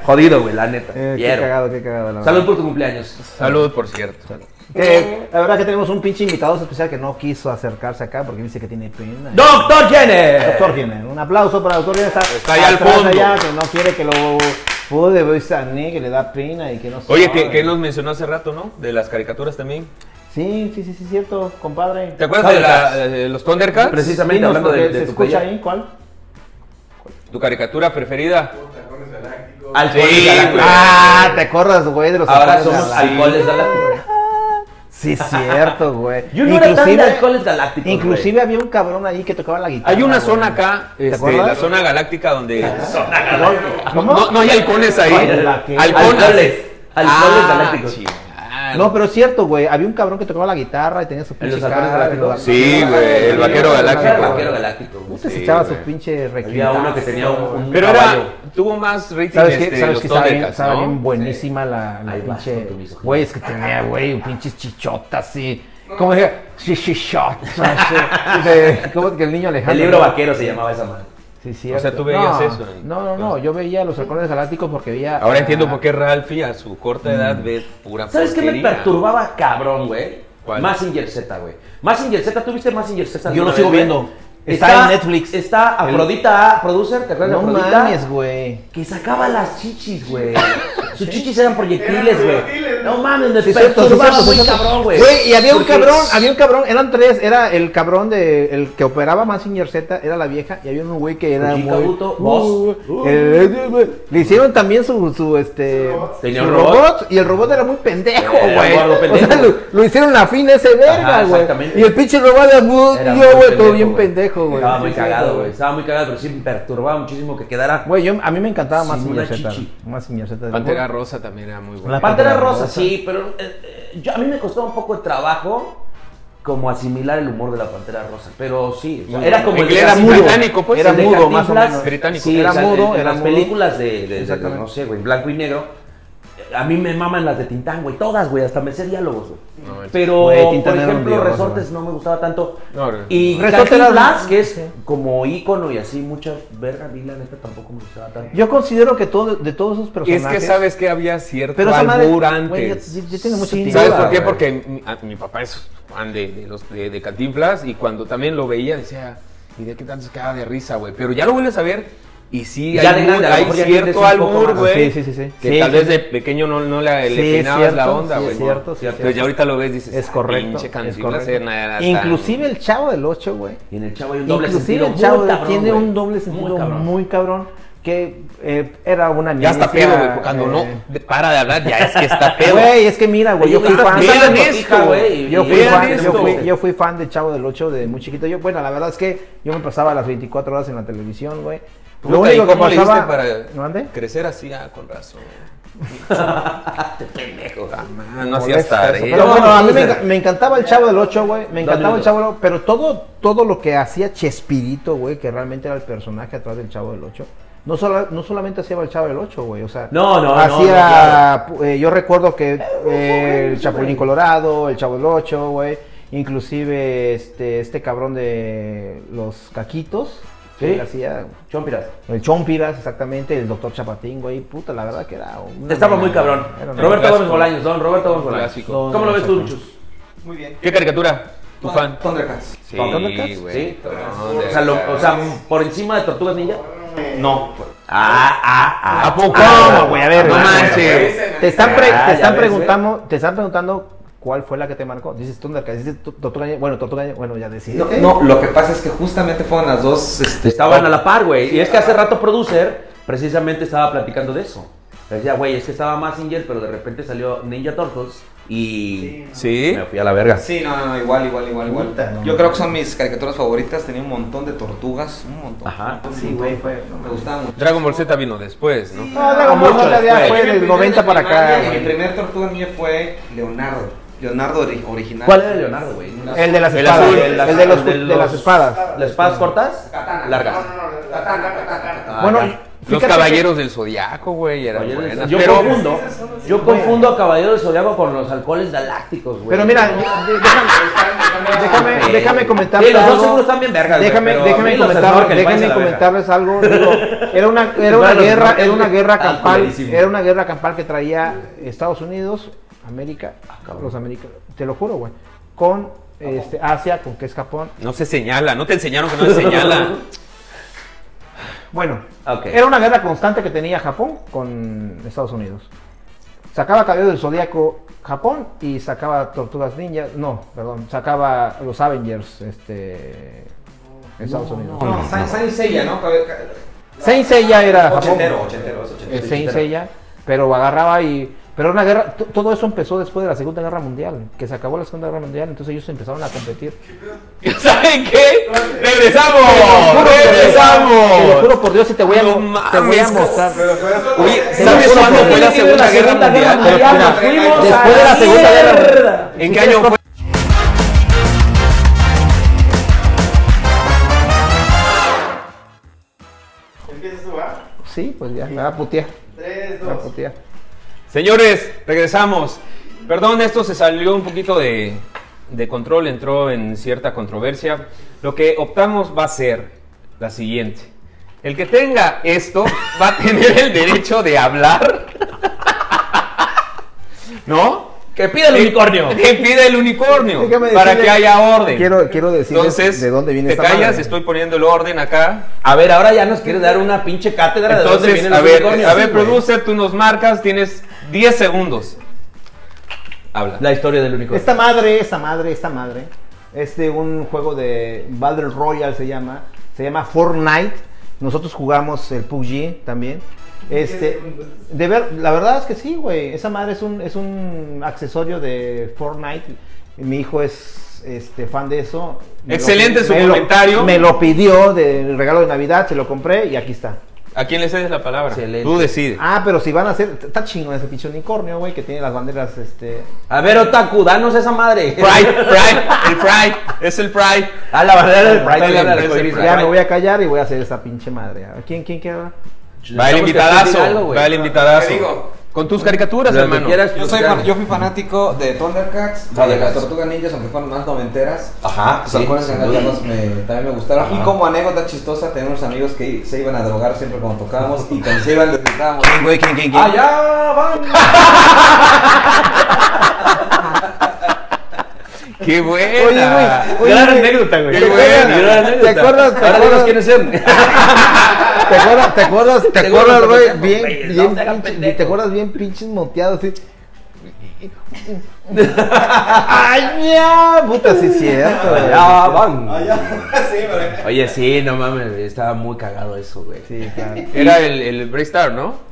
B: Jodido, güey, la neta.
C: Eh, qué
B: Fiero.
C: cagado, qué cagado. la
B: Salud por tu cumpleaños.
G: Salud, por cierto.
C: Que, la verdad que tenemos un pinche invitado especial que no quiso acercarse acá porque dice que tiene pena.
B: Doctor Jenner.
C: Doctor Jiménez, un aplauso para el doctor Jiménez. Está,
G: Está ahí al
C: atrás
G: fondo.
C: allá, que no quiere que lo pude, voy a ni que le da pena y que no se
D: Oye,
C: joda.
D: que, que él nos mencionó hace rato, ¿no? De las caricaturas también.
C: Sí, sí, sí, sí, cierto, compadre.
D: ¿Te acuerdas de, la- de los Thundercats?
B: Precisamente
C: Dinos,
B: hablando de,
C: porque
B: de
C: ¿Se
B: tu
C: escucha
B: pelea.
C: ahí? ¿Cuál?
D: ¿Tu caricatura preferida?
B: Alcoholes
D: Sí,
B: galácticos.
D: güey.
C: Ah, ¿te acuerdas, güey, de los
B: Ahora
C: alcoholes
B: somos
C: galácticos?
B: alcoholes galácticos.
C: Sí, cierto, güey.
B: Yo no era tan de alcoholes galácticos,
C: Inclusive había un cabrón ahí que tocaba la guitarra.
D: Hay una
C: güey.
D: zona acá,
C: Ah, ¿Te
D: este,
C: acuerdas?
D: la zona galáctica donde...
C: ¿Cómo?
G: No, no hay halcones ahí.
C: Ay, la que-
G: Halcones.
B: Alcoholes. Alcoholes
G: Ah,
B: galácticos.
G: chingada.
C: No, pero es cierto, güey. Había un cabrón que tocaba la guitarra y tenía su
B: En los
C: pinche
B: halcones
C: cara,
B: galácticos.
C: los halcones
G: Sí, güey, el vaquero
B: El
G: galáctico.
B: vaquero galáctico. güey.
C: Puta, se
G: Sí,
C: echaba su
G: güey.
C: pinche
B: Había
C: requintada.
B: uno que tenía un, un
D: Pero
B: caballo.
D: era, tuvo más rating
C: ¿Sabes
D: este,
C: qué? ¿Sabes
D: los
C: qué? Estaba bien,
D: Thundercats,
C: estaba
D: ¿no?
C: bien buenísima la, la
B: Ahí vas
C: pinche...
B: con tu misoginia.
C: Güey, es que tenía, güey, un pinches chichotas así. Como decía, sí, sí, shot. de- ¿Cómo que el niño Alejandro?
B: El libro vaquero se llamaba esa madre.
C: Sí, cierto.
D: O sea, tú veías
C: No,
D: eso.
C: No, no, no. Yo veía los halcones galácticos porque veía.
H: Ahora entiendo
C: ah, Mm.
H: por qué Ralphie a su corta edad ve pura
B: ¿Sabes qué me
H: porquería.
B: perturbaba cabrón, güey?
H: ¿Cuál?
B: Massinger Z, güey. Massinger Z, ¿tú viste Massinger Z?
C: Yo lo
B: alguna
C: sigo
B: vez,
C: viendo.
B: güey?
C: Está en Netflix.
B: Está
C: El-
B: Afrodita A, producer, ¿te acuerdas
C: No
B: de Afrodita?
C: mames, güey.
B: Que sacaba las chichis, güey. Sus chichis eran proyectiles, güey. No mames, me
C: Sí, cierto, sí,
B: perturbaba
C: cierto,
B: muy
C: sí, cierto.
B: cabrón, güey.
C: y había un
B: Porque-
C: cabrón, había un cabrón, eran tres, era el cabrón de el que operaba Massinger Z, era la vieja, y había un güey que era
B: Uji
C: muy
B: Kabuto, boss.
C: el- le hicieron también su, su este
B: Tenía
C: su
B: un robot.
C: y el robot era muy pendejo,
B: Era un
C: güey.
B: gordo
C: O sea,
B: pendejo.
C: lo, lo hicieron afín a ese verga,
B: Ajá,
C: güey.
B: exactamente.
C: Y el pinche robot era muy
B: Era
C: yo,
B: muy
C: güey, todo bien
B: güey.
C: pendejo, güey.
B: Estaba muy
C: Sí,
B: cagado,
C: cierto,
B: güey. Estaba muy cagado, pero sí me perturbaba muchísimo que quedara.
C: Güey, yo a mí me encantaba
B: Sin
C: Massinger
B: una
C: Z.
B: chichi.
C: Massinger Z.
D: Pantera Rosa también era muy buena.
C: La-
B: Pantera
C: Pantera
B: Rosa,
C: Rosa.
B: sí, pero eh, eh, yo, a mí me costó un poco de trabajo como asimilar el humor de la Pantera Rosa, pero sí, o sea, era como el de
D: Inglés,
B: Cantinflas.
D: británico, pues.
C: Era
B: El de
C: mudo, más o
B: Cantinflas,
C: menos.
D: Británico.
B: Sí,
C: Era
B: era
C: mudo,
B: mudo. En,
C: era
B: las
C: mudo.
B: películas de, de- de-
C: Exactamente.
B: no sé, güey, en blanco y negro, eh, a mí me maman las de Tintán, güey, todas, güey, hasta me sé diálogos, güey.
D: No, el-
B: Pero,
C: Güey,
B: por
C: Tintán era un
B: ejemplo,
C: dios,
B: Resortes no me gustaba tanto.
D: No, no, no.
B: y
C: Resortes era-
B: Cantinflas, que es
C: sí.
B: como ícono y así, mucha verga, a mí la neta tampoco me gustaba tanto.
C: Yo considero que todo, de todos esos
D: Y es
C: personajes
D: que sabes que había cierto
C: Pero esa madre,
D: albur
C: güey,
D: antes.
C: ya- ya- ya tiene mucho
B: Sí,
C: tiempo.
D: ¿Sabes
B: duda,
D: por qué?
B: güey.
D: Porque mi, a- mi papá es fan de, de los, de, de Cantinflas y cuando también lo veía decía, ¿y de qué tanto se quedaba de risa, güey? Pero ya lo vuelves a ver y sí,
B: Ya
D: hay,
B: de
D: mu-
B: grande, a lo
D: hay
B: mejor ya entiendes
D: cierto
B: un poco
D: albur,
B: más.
D: güey.
C: Ah, Sí, sí, sí, sí.
D: Que
C: Sí,
D: tal
C: sí,
D: vez
C: sí.
D: de pequeño no, no la- le
C: Sí, es
D: peinabas
C: cierto,
D: la onda,
C: sí,
D: güey.
C: es cierto, sí, es
D: Pero
C: cierto.
D: ya ahorita lo ves y dices, "Ah,
C: es correcto.
D: pinche
C: es
D: Cantinflas eh,
C: correcto.
D: era- era tan-
C: Inclusive el chavo del 8, güey.
B: Y en el chavo hay un doble
C: Inclusive
B: sentido.
C: el chavo
B: muy cabrón,
C: tiene
B: güey.
C: un doble sentido muy cabrón, que eh, era una niña.
D: Ya está pedo, güey.
C: eh,
D: Cuando no de- para de hablar, ya es que está pedo.
C: Güey, es que mira, güey, yo fui
B: Vean
C: fan.
D: Vean
B: Vean
D: esto,
B: güey.
C: Yo fui,
D: Vean
C: fan, yo,
D: esto.
C: fui, yo fui fan de Chavo del 8 de muy chiquito. Yo, bueno, la verdad es que yo me pasaba las 24 horas en la televisión, güey. Lo
H: Puta, ¿y
C: único que
H: cómo le diste
C: pasaba.
H: para-
C: ¿Mande?
H: Crecer así, ah, con razón.
D: Pendejo.
H: Ah, no hacías tarea.
C: Pero bueno, a mí me,
B: Loser.
C: enca- me encantaba el Chavo del 8, güey. Me encantaba el
B: minutos.
C: Chavo del 8. Pero todo, todo lo que hacía Chespirito, güey, que realmente era el personaje atrás del Chavo del 8. No, solo, no solamente hacía el Chavo del 8, güey. O sea,
B: No, no, no,
C: hacía,
B: no, claro.
C: eh, yo recuerdo que eh, el Chapulín Colorado, el Chavo del 8, güey. Inclusive este, este cabrón de los caquitos. que
B: Sí.
C: él hacía
B: Chompiras.
C: el Chompiras, exactamente, el doctor Chapatín, güey, puta, la verdad que era un...
B: Estaba muy cabrón.
C: Era una-
B: Roberto
H: clásico.
B: Gómez Bolaños, don Roberto Gómez Bolaños.
H: Clásico.
B: ¿Cómo lo ves tú, Luchus?
F: Muy bien.
D: ¿Qué caricatura? ¿Tu fan?
F: Thundercats.
H: Sí,
C: Thundercats?
H: güey.
B: Sí.
H: Thundercats.
B: O sea, lo- o sea, por encima de Tortugas Ninja.
F: No.
B: Ah, ah, ah.
D: ¿A poco?
C: ¿Cómo, güey? A ver,
D: No
C: güey.
D: manches.
C: Te están, pre-
B: Ah,
C: te
B: ya
C: están
B: ves,
C: preguntando, te están preguntando cuál fue la que te marcó. Dices Thundercats, dices tu- Tortuga Ninja, bueno, Tortuga Ninja, bueno, ya decidí.
F: No, no, lo que pasa es que justamente fueron las dos. este,
C: Oh.
B: Estaban a la par, güey. Y es que hace rato Producer precisamente estaba platicando de eso. Decía, güey, es que estaba Massinger, pero de repente salió Ninja Turtles y
H: Sí.
B: me fui a la verga.
F: Sí, no, no, no, igual, igual, igual, igual.
C: Puta, no.
F: Yo creo que son mis caricaturas favoritas. Tenía un montón de tortugas, un montón.
B: Ajá.
F: Sí, güey, fue. Me gustaba mucho.
H: Dragon Ball Z vino después, ¿no?
C: No, Ah, Dragon Ball Z ya
F: Yo
C: fue
F: mi
C: del
F: primer
C: 90
F: de
C: para acá,
F: primaria, Mi
C: güey.
F: primer tortuga niña fue Leonardo. Leonardo ori- original.
B: ¿Cuál era Leonardo, güey?
C: El de las
H: El
C: espadas,
H: azul.
C: el, de, los, de las espadas.
B: ¿Las espadas cortas? Largas. Ah,
C: bueno,
B: ya.
H: Los
C: fíjate
H: Caballeros del Zodiaco, güey, eran
B: Oye,
H: buenas.
B: yo
H: pero
B: confundo, yo confundo a Caballero del Zodiaco con los alcoholes galácticos,
C: que-
B: güey.
C: Pero mira, de- déjame, déjame, déjame comentarles
B: Sí, los dos
C: algo.
B: seguro están bien vergas, güey,
C: Déjame,
B: pero a
C: déjame
B: mí los
C: comentar,
B: snorkel, váyanse
C: déjame
B: a la verga.
C: comentarles algo. digo, era una, era una
B: Bueno, los
C: guerra,
B: snorkel,
C: era una guerra
B: ah,
C: campal,
B: culerísimo.
C: era una guerra campal que traía Estados Unidos, América,
B: Ah,
C: los americanos, te lo juro, güey, con este, Asia, con que es Japón.
H: no se señala, no te enseñaron que no se señala.
C: Bueno,
B: Ok.
C: era una guerra constante que tenía Japón con Estados Unidos. Sacaba Caballero del Zodíaco Japón y sacaba Tortugas Ninja, no, perdón, sacaba los Avengers, este, Estados Unidos.
F: No, San, San y Seiya, ¿no? Cabe- ca-
C: Saint Seiya era
F: Ochentero,
C: Japón.
F: ochentero, es ochentero.
C: Eh, Saint Seiya, pero agarraba y pero una guerra, to- todo eso empezó después de la Segunda Guerra Mundial, que se acabó la Segunda Guerra Mundial, entonces ellos empezaron a competir.
H: ¿Saben qué? ¡Regresamos!
D: ¡Oh,
C: Te lo
H: ¡Regresamos!
C: juro por Dios y te voy a,
H: No
C: mo- te voy a
H: mames,
C: mostrar.
H: Oye,
C: Te lo
H: ¿sabes
C: juro
H: cuándo
C: por
H: fue
C: Dios.
H: la Segunda Guerra Mundial?
B: Mundial,
C: Pero
B: nos
C: mira,
B: fuimos a
C: Después de la
B: la
C: Segunda Guerra
B: mierda.
H: ¿En qué año fue?
C: Sí, pues ya, me va a putear. Me va a putear.
H: Señores, regresamos. Perdón, esto se salió un poquito de,
D: de control entró en cierta controversia. Lo que optamos va a ser la siguiente. El que tenga esto va a tener el derecho de hablar. ¿No?
B: ¡Que pida
D: Eh,
B: el unicornio!
D: Que pide el unicornio
C: Déjame
D: para
C: decirle-
D: que haya orden.
C: Quiero, quiero decirles
D: Entonces,
C: de dónde viene
D: te
C: esta
D: callas,
C: madre.
D: estoy poniendo el orden acá.
B: A ver, ahora ya nos quieres dar una pinche cátedra de dónde
D: Entonces,
B: vienen
D: a
B: los
D: ver,
B: unicornios.
D: a ver,
B: Sí, güey.
D: producer, tú nos marcas, tienes 10 segundos. Habla.
B: La historia del unicornio.
C: Esta madre, esta madre, esta madre. Este un juego de Battle Royale se llama. Se llama Fortnite. Nosotros jugamos el PUBG también. Este, de ver, la verdad es que sí, güey. Esa madre es un, es un accesorio de Fortnite. Mi hijo es este, fan de eso. Me lo-
D: Excelente su
C: lo-
D: comentario.
C: me lo pidió del regalo de Navidad, se lo compré y aquí está.
D: ¿A quién le cedes la palabra?
B: Excelente.
D: Tú decides.
C: Ah, pero si van a hacer. Está chingón ese pinche unicornio, güey, que tiene las banderas. Este,
B: A ver, Otaku, danos esa madre.
D: Pride, Pride, el Pride, es el Pride.
B: A Ah, la bandera del Pride.
D: Pride,
B: la bandera del
D: es el
B: arcoíris.
D: Pride.
C: ya me voy a callar y voy a hacer esa pinche madre. ¿A ¿Quién, quién queda?
D: Va
B: Necesitamos
D: el
B: que tú
D: invitadazo,
B: digas algo, güey. Ah,
D: va el invitadazo.
F: Te digo.
D: Con tus caricaturas,
B: Lo que
D: hermano.
B: quieras.
F: Yo, soy, fan- yo fui fanático de Thundercats, de las
B: Thundercats.
F: Tortugas Ninjas, aunque fueron más noventeras.
B: Ajá,
F: Los
B: sí,
F: halcones
B: sin
F: galácticos pues, me- también me gustaron. Y
B: Ajá.
F: como anécdota chistosa, tenemos amigos que se iban a drogar siempre cuando tocábamos y cuando se iban les gritábamos.
C: Güey, ¿quién, quién,
B: Ah,
F: ¡Allá van!
D: ¡Qué buena!
C: Oye, güey. Oye,
B: Gran
C: güey.
B: anécdota, güey.
D: Qué buena.
B: Gran anécdota.
C: ¿Te acuerdas? ¿Te
B: Ahora dinos
C: acuerdas?
B: quiénes son.
C: ¿Te acuerdas? ¿Te acuerdas? ¿Te
B: Seguro
C: acuerdas,
B: nos
C: güey?
B: conocemos,
C: Bien,
B: güey, no
C: bien,
B: se hagan
C: pinche-
B: pendejos.
C: ¿Te acuerdas bien pinches monteados así? ¡Ay, ya! Puta, sí es cierto. güey.
B: Allá van.
F: sí, pero...
B: Ah, Oye, sí, no mames, güey, estaba muy cagado eso, güey.
C: Sí, claro.
D: Era el, el Star, ¿no?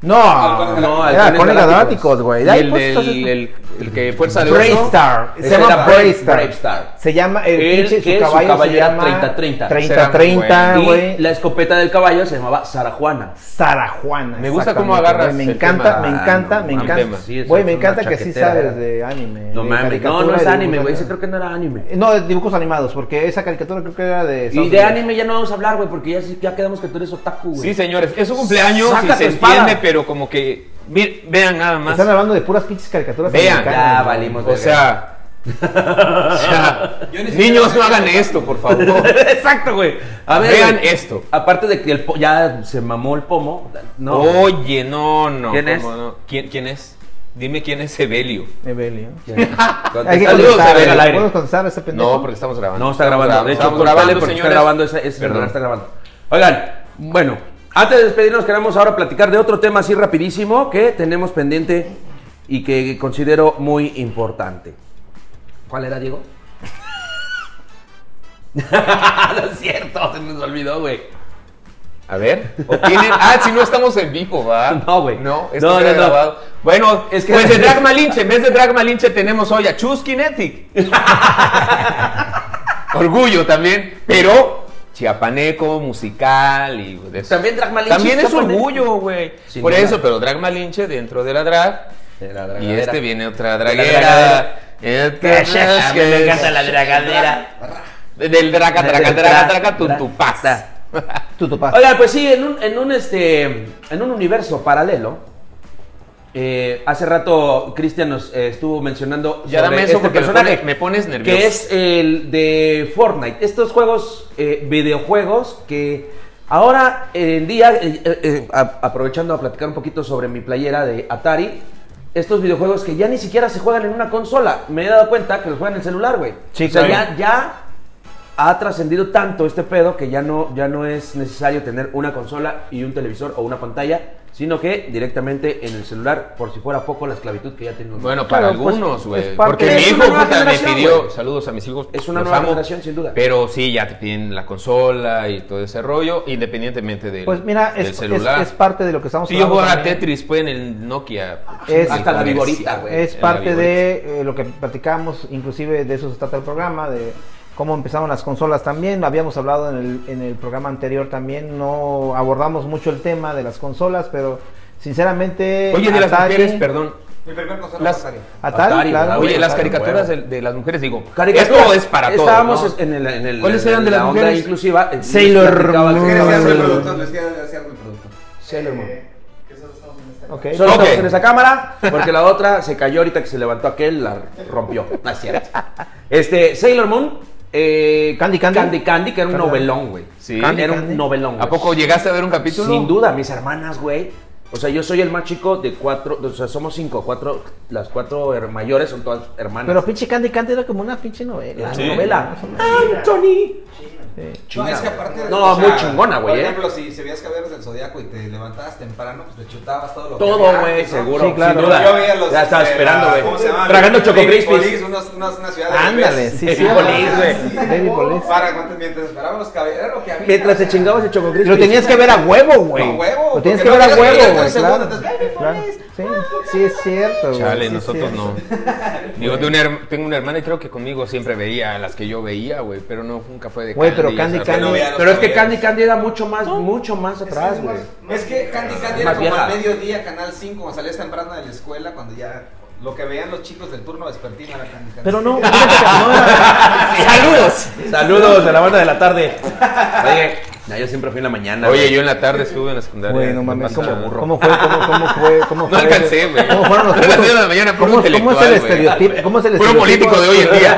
C: No,
B: No,
C: era
B: halcones
C: halcones
B: galácticos.
C: galácticos, güey.
D: Y
C: De ahí,
D: el,
C: pues,
D: del-
C: estás-
D: el- el que fuerza de oso.
C: Bravestar. Se
B: Ese era
C: llama
B: Brave-
C: Bravestar.
B: Bravestar.
C: Se llama el,
B: El
C: pinche
B: que
C: su
B: su
C: caballo.
B: caballo
C: se
B: era
C: llama
B: 30-30.
C: 30-30,
B: y
C: güey.
B: la escopeta del caballo se llamaba Sarajuana.
C: Sara Juana.
D: Me gusta cómo
C: exactamente,
D: agarras
C: güey.
D: el
C: Me encanta,
D: tema.
C: me
B: Ah,
C: encanta,
B: no,
C: me
D: un tema.
C: encanta.
B: Sí, eso
C: Güey,
B: es
C: me
B: una
C: encanta que sí
B: chaquetera,
C: sabes
B: era.
C: de anime.
B: No
C: de
B: mames, no,
C: caricatura
B: no
C: y
B: es
C: de
B: anime, güey.
C: dibujos
B: Ese creo que no era anime.
C: animados. No, de dibujos animados, porque esa caricatura creo que era de.
B: Y
C: Estados
B: de
C: Unidos.
B: anime ya no vamos a hablar, güey, porque ya, ya quedamos que tú eres otaku, güey.
D: Sí, señores, es un cumpleaños
B: Saca
D: y
B: tu
D: se
B: espada.
D: entiende, pero como que... mi- Vean nada más.
C: Están hablando de puras pinches caricaturas.
D: Vean,
C: americanas,
B: ya
C: güey.
B: valimos.
D: O sea, o sea, niños no hagan esto, por favor.
B: Exacto, güey. A ver,
D: Vean
B: güey,
D: esto.
B: Aparte de que el po- ya se mamó el pomo. No.
D: Oye, no, no.
B: ¿Quién es?
D: ¿cómo no? ¿Quién, quién es? Dime quién es Evelio.
C: Evelio. Hay que
B: Contesta-
D: Saludos,
C: contestar,
D: Evelio, al aire.
C: ¿Podemos contestar a ese pendejo?
D: No, porque estamos grabando.
B: No, está grabando. De hecho,
D: estamos
B: cortale
D: grabando,
B: porque está
D: señores.
B: grabando ese, ese
D: Perdón.
B: celular, está grabando. Oigan, bueno, antes de despedirnos queremos ahora platicar de otro tema así rapidísimo que tenemos pendiente y que considero muy importante. ¿Cuál era, Diego? no es cierto, se nos olvidó, güey.
D: A ver, opinen. Ah, si no estamos en vivo, ¿va?
B: No, güey.
D: No, esto
B: No,
D: queda
B: no, no.
D: grabado. Bueno,
B: Es que-
D: pues de Drag Malinche, en vez de Drag Malinche tenemos hoy a Chus Kinetic. Orgullo también, pero chiapaneco, musical y de eso.
B: También Drag Malinche
D: También
B: es
D: es
B: chiapaneco.
D: orgullo, güey.
B: Sin
D: Por
B: duda.
D: eso, pero Drag Malinche dentro de la drag. Y este viene otra Este
B: la
D: draguera. Esta-
B: dragadera.
D: Del draga, draga, draga, draga, tu, tu paz.
C: Tú topaste.
B: Oigan, pues sí, en un, en un, este, en un universo paralelo. eh, hace rato Cristian nos eh, estuvo mencionando
D: Ya
B: sobre
D: dame eso
B: este
D: porque me
B: personaje
D: pones- me pones nervioso.
B: que es el de Fortnite. Estos juegos, eh, videojuegos que ahora en día, eh, eh, eh, a- aprovechando a platicar un poquito sobre mi playera de Atari, estos videojuegos que ya ni siquiera se juegan en una consola. Me he dado cuenta que los juegan en el celular, güey.
C: Sí,
B: o sea,
C: claro.
B: ya, ya ha trascendido tanto este pedo que ya no, ya no es necesario tener una consola y un televisor o una pantalla, sino que directamente en el celular, por si fuera poco la esclavitud que ya tenemos.
D: Bueno, para
C: Claro, pues,
D: algunos, güey.
C: es parte-
D: porque
B: Es
D: mi hijo
B: una nueva
D: puta, me
B: generación,
D: pidió.
B: güey.
D: Saludos a mis hijos.
B: Es una
D: los
B: nueva
D: amo,
B: generación, sin duda.
D: Pero sí, ya te piden la consola y todo ese rollo, independientemente del,
C: Pues mira,
D: del
C: es, es-
D: celular.
C: es parte de lo que estamos
D: si yo jugara
C: también.
D: Tetris, pues en el Nokia.
C: Es-
B: Hasta la vigorita, güey.
C: Es parte de eh, lo que platicamos, inclusive de eso se trata el programa, de cómo empezaron las consolas también. Lo habíamos hablado en el, en el programa anterior también. No abordamos mucho el tema de las consolas, pero sinceramente.
D: Oye, de las
C: Atari-
D: mujeres, perdón.
F: Mi primer consola
D: Las-
F: fue Atari.
C: Atari,
B: Atari,
C: claro.
B: Ah,
D: Oye,
B: güey,
D: las
B: claro,
D: caricaturas de,
B: huevo.
D: de las mujeres, digo.
B: Caricaturas.
D: Esto es para todos.
B: Estábamos
D: ¿no?
B: es- en el, en el-
D: ¿Cuáles
B: en
D: eran de
B: la
D: las
B: onda
D: mujeres?
B: inclusiva. en-
C: Sailor
B: platicaba-
C: Moon.
F: Les quiere
C: Sailor
F: hacer mi
C: Moon.
F: producto, les quiere hacer mi producto.
B: Sailor Moon.
C: Ok.
B: Solo
D: Ok.
B: estamos en esa cámara, porque la otra se cayó ahorita que se levantó aquel, la rompió. No es cierto. Este, Sailor Moon. eh,
C: Candy Candy.
B: Candy Candy, que era un
C: Candy.
B: novelón, güey.
D: Sí.
B: Candy era
C: Candy.
B: un novelón.
D: ¿A
B: güey.
D: poco llegaste a ver un capítulo?
B: Sin duda, mis hermanas, güey. O sea, yo soy el más chico de cuatro, o sea, somos cinco, cuatro, las cuatro her- mayores son todas hermanas.
C: Pero pinche Candy Candy era como una pinche novela.
B: la
D: Sí. Ah,
B: novela. Anthony.
F: No, es que aparte.
B: No, muy chingona, güey,
F: Por
B: eh.
F: ejemplo, si, si veías Caballeros del Zodiaco y te levantabas temprano, pues te chutabas todo lo que
B: Todo,
F: había,
B: güey,
F: ¿no?
B: seguro.
C: Sí, claro.
B: Sin
F: Yo,
B: duda.
F: yo veía los.
B: ya estaba
F: este,
B: esperando,
F: la-
B: güey.
F: ¿Cómo se llama?
B: Tragando
F: Los
B: Choco
F: Baby
B: Crispis.
F: Police, unos- unas- Una ciudad de.
C: Ándale,
F: bebés.
C: sí, sí.
B: Baby Police, güey.
C: Baby Police.
F: Para cuando- mientras esperábamos los caballeros, era lo que había.
B: Mientras
F: o sea,
B: te chingabas el Choco Crispis.
C: Lo tenías que ver a huevo, güey.
F: A huevo,
C: Lo tenías
F: porque
C: que
F: no
C: ver a
F: había
C: huevo,
F: billete
C: güey.
F: en segundo,
C: Claro.
F: entonces, "Baby
C: Claro. Sí, sí es cierto, güey.
D: Chale,
C: sí es
D: nosotros
C: cierto.
D: no. Digo, tengo una, her- tengo una hermana y creo que conmigo siempre veía las que yo veía, güey, pero no, nunca fue de
C: Güey, pero Candy
D: o sea, fue
C: Candy-
D: novela.
B: Pero es que Candy Candy era mucho más, mucho más atrás, güey.
F: Es que Candy Candy
B: Más
F: era como
B: vieja.
F: al mediodía, Canal 5, cuando salías temprano de la escuela, cuando ya lo que veían los chicos del turno vespertino era Candy Candy.
C: Pero no, fíjate que no era-
B: Saludos. Saludos de la banda de la tarde. Oye, no, yo siempre fui en la mañana.
D: Oye,
B: güey.
D: yo en la tarde estuve en la secundaria.
C: Güey, no mames,
D: Me
C: ¿cómo,
D: pasaba.
C: cómo fue, cómo, cómo fue, cómo
D: No
C: fue?
D: alcancé, güey.
C: ¿Cómo fueron los
D: A las
C: putos-
D: diez de la mañana, puro
C: ¿Cómo, cómo es
D: intelectual,
C: el
D: güey.
C: estereotipo? ¿Cómo es el
D: Puro
C: estereotipo?
D: político de hoy en día.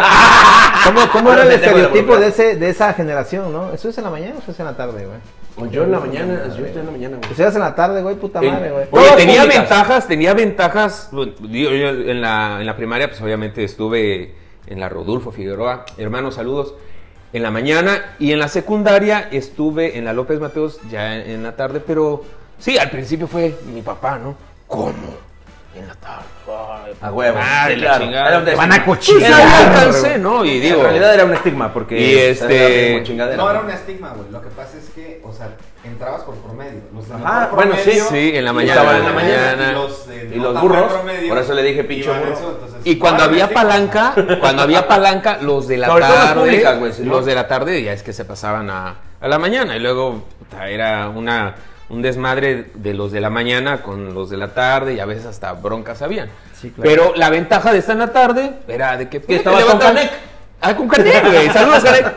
C: ¿Cómo, cómo era el
B: Pendejo de la
C: estereotipo
B: boca.
C: de, ese, de esa generación, no? ¿Eso es en la mañana o eso es en la tarde, güey?
B: Pues Yo en la mañana, yo estoy en la mañana, güey.
C: Pues eras en la tarde, güey, puta madre, güey.
D: Oye,
B: Todas
D: tenía
B: públicas.
D: ventajas, tenía ventajas. bueno, digo, yo en la, en la primaria, pues obviamente estuve en la Rodulfo Figueroa. Hermanos, saludos. En la mañana y en la secundaria estuve en la López Mateos ya en, en la tarde, pero sí, al principio fue mi papá, ¿no? ¿Cómo? En la tarde.
B: A huevo.
D: Madre,
B: Ah, Sí,
D: la
B: claro.
D: chingada.
B: Era un
D: Te van
B: estigma.
D: a Quizá ya alcancé, ¿no? Y digo.
B: Pues, En realidad era un estigma porque
D: Y este-
B: como chingadera.
F: No era un estigma, güey. Lo que pasa es que, o sea, entrabas por promedio. Los de
B: Ajá,
F: mejor
B: bueno, sí,
F: promedio
D: sí, en la
F: y
D: mañana,
F: los de
D: en la mañana.
F: Y los, de
B: Y
F: no
B: los
F: tan
B: burros,
F: buen promedio
B: por eso le dije, pinche
F: iban
B: burro.
F: eso, entonces,
D: Y cuando
F: no
D: había
F: era un estigma.
D: palanca, cuando había palanca, los de la
B: Sobre todo las
D: tarde,
B: públicas, güey, si no-
D: los de la tarde ya es que se pasaban a, a la mañana y luego puta, era una un desmadre de los de la mañana con los de la tarde y a veces hasta broncas habían.
C: Sí, claro.
D: Pero la ventaja de estar en la tarde era de que pues,
B: estabas con
D: levantabas-
B: Canek.
D: Ah, con Canek, güey. Saludos, Canek.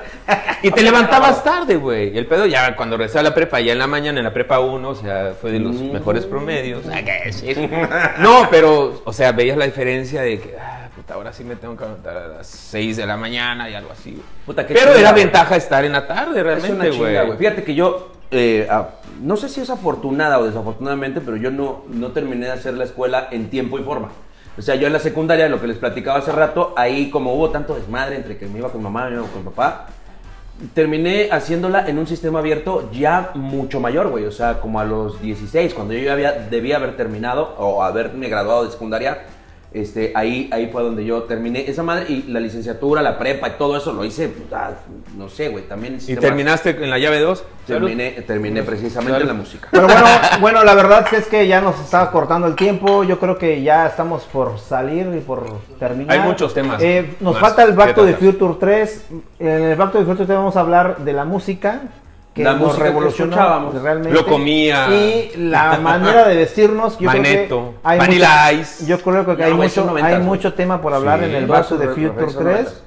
D: Y te levantabas tarde, güey. Y el pedo ya cuando regresaba a la prepa, ya en la mañana, en la prepa 1, o sea, fue de los mejores promedios. Ah, que sí. No, pero, o sea, veías la diferencia de que, ah, puta, ahora sí me tengo que levantar a las 6 de la mañana y algo así. güey.
B: Puta, qué
D: pero
B: chinga,
D: era
B: güey.
D: ventaja estar en la tarde,
B: Es una
D: realmente,
B: chinga, güey.
D: güey.
B: Fíjate que yo, eh, ah, no sé si es afortunada o desafortunadamente, pero yo no, no terminé de hacer la escuela en tiempo y forma. O sea, yo en la secundaria, lo que les platicaba hace rato, ahí como hubo tanto desmadre entre que me iba con mamá, me iba con papá, terminé haciéndola en un sistema abierto ya mucho mayor, güey. O sea, como a los 16, cuando yo ya había, debía haber terminado o haberme graduado de secundaria. Este, ahí, ahí fue donde yo terminé esa madre y la licenciatura, la prepa y todo eso lo hice, pues, ah, no sé, güey, también... en
D: Y
B: sistemas-
D: terminaste en la llave 2.
B: Terminé, terminé precisamente en la música.
C: Pero bueno, bueno, la verdad es que ya nos estaba cortando el tiempo. Yo creo que ya estamos por salir y por terminar.
D: Hay muchos temas
C: Eh, nos
D: más
C: falta el Back to
D: que
C: the
D: tratar.
C: Future 3. En el Back to the Future 3 vamos a hablar de la música. Que
B: La
C: nos
B: música que
C: revolucionó
B: escuchábamos.
C: realmente.
D: Lo comía.
C: Y la manera de vestirnos. Yo creo
D: Magneto,
C: que hay
D: Vanilla
C: mucho-
D: Ice.
C: Yo creo que
B: No,
C: hay,
B: güey,
C: mucho,
B: son noventas,
C: hay
B: güey.
C: mucho tema por hablar en el
B: todas
C: Back to
B: sus
C: the
B: re-
C: Future
B: referencias
C: 3.
B: noventas.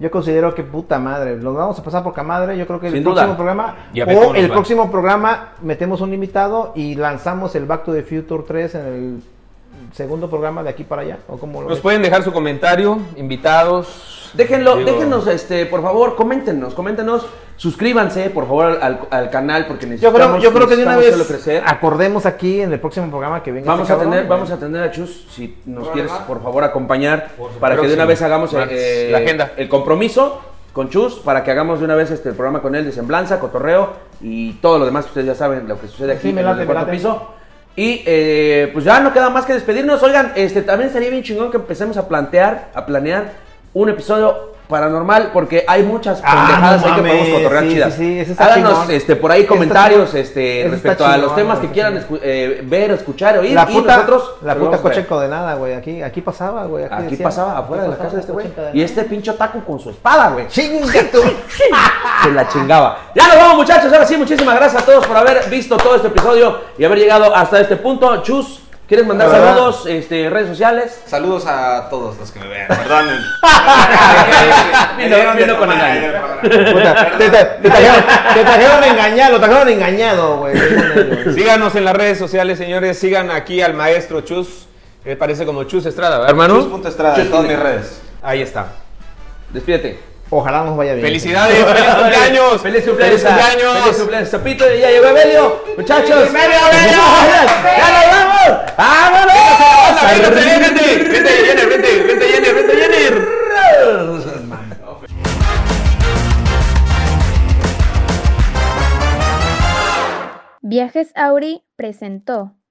C: Yo considero que puta madre, nos vamos a pasar por camadre. Yo creo que el
B: Sin
C: próximo
B: duda.
C: programa
D: Ya ve cómo
C: o
D: nos
C: el
D: va.
C: próximo programa metemos un invitado y lanzamos el Back to the Future 3 en el segundo programa de aquí para allá o como lo
D: Nos
C: ves?
D: pueden dejar su comentario, invitados.
B: Déjenlo,
D: Digo-
B: déjenos, este, por favor, coméntenos, coméntenos, suscríbanse, por favor, al, al- al canal, porque
C: Yo creo,
B: necesitamos,
C: yo creo que de una
B: necesitamos
C: vez
B: hacerlo crecer.
C: acordemos aquí en el próximo programa que venga.
B: Vamos
C: este
B: a
C: cabrón,
B: tener,
C: güey.
B: vamos a tener a Chus, si nos
F: ¿Programa?
B: quieres, por favor, acompañar,
F: supuesto.
B: para que de una
D: Próximo,
B: vez hagamos eh,
D: martes,
B: eh,
D: la agenda.
B: el compromiso con Chus, para que hagamos de una vez este el programa con él de semblanza, cotorreo y todo lo demás, ustedes ya saben lo que sucede aquí
C: Sí, me
B: en
C: late,
B: el
C: me
B: cuarto
C: late.
B: piso. Y eh, pues ya no queda más que despedirnos. Oigan, este también estaría bien chingón que empecemos a plantear, a planear un episodio paranormal, porque hay muchas
C: Ah,
B: pendejadas
C: no
B: ahí que
C: mames,
B: podemos cotorrear
C: sí,
B: chidas.
C: sí, sí, ese está
B: Háganos
C: chingón.
B: este, por ahí
C: Ese está
B: comentarios este,
C: chingón. Ese está
B: respecto a los
C: chingón,
B: temas
C: güey,
B: que
C: está
B: quieran
C: chingón.
B: escu- eh, ver o escuchar, oír.
C: la
B: y
C: puta,
B: nosotros
C: la
B: lo
C: puta
B: vamos a ver.
C: coche codenada, güey. Aquí, aquí pasaba, güey. Aquí,
B: Aquí
C: decían,
B: pasaba, afuera de la
C: pasaba
B: casa de este
C: coche
B: güey.
C: encadenado.
B: Y este pincho taco con su espada, güey.
C: Chinga tú.
B: Se la chingaba. Ya nos vamos, muchachos. Ahora sí, muchísimas gracias a todos por haber visto todo este episodio y haber llegado hasta este punto. Chus, ¿Quieres mandar
F: La verdad.
B: saludos, este, redes sociales?
F: Saludos a todos los que me vean. Perdonen.
B: Vino- vino con engaño.
C: Puta, te, te- te trajeron, te trajeron engañado, te trajeron engañado, güey.
D: Síganos en las redes sociales, señores. Sigan aquí al maestro Chus. que parece como Chus Estrada, ¿verdad, hermano?
F: Chus.estrada en todas mis redes.
D: Ahí está.
B: Despídete.
C: Ojalá nos vaya bien.
D: Felicidades, feliz cumpleaños.
B: ¡Feliz cumpleaños!
D: Feliz cumpleaños.
B: ¡Feliz cumpleaños! ¡Zapito! ¡Ya llegó Evelio! ¡Muchachos!
D: ¡Evelio, Evelio!
B: ¡Ya nos vamos!
D: Vente,
B: ¡Vámonos!
D: vente, vente, Jenner, vente, vente, Jenner, vente, Jenner.
A: Viajes Auri presentó.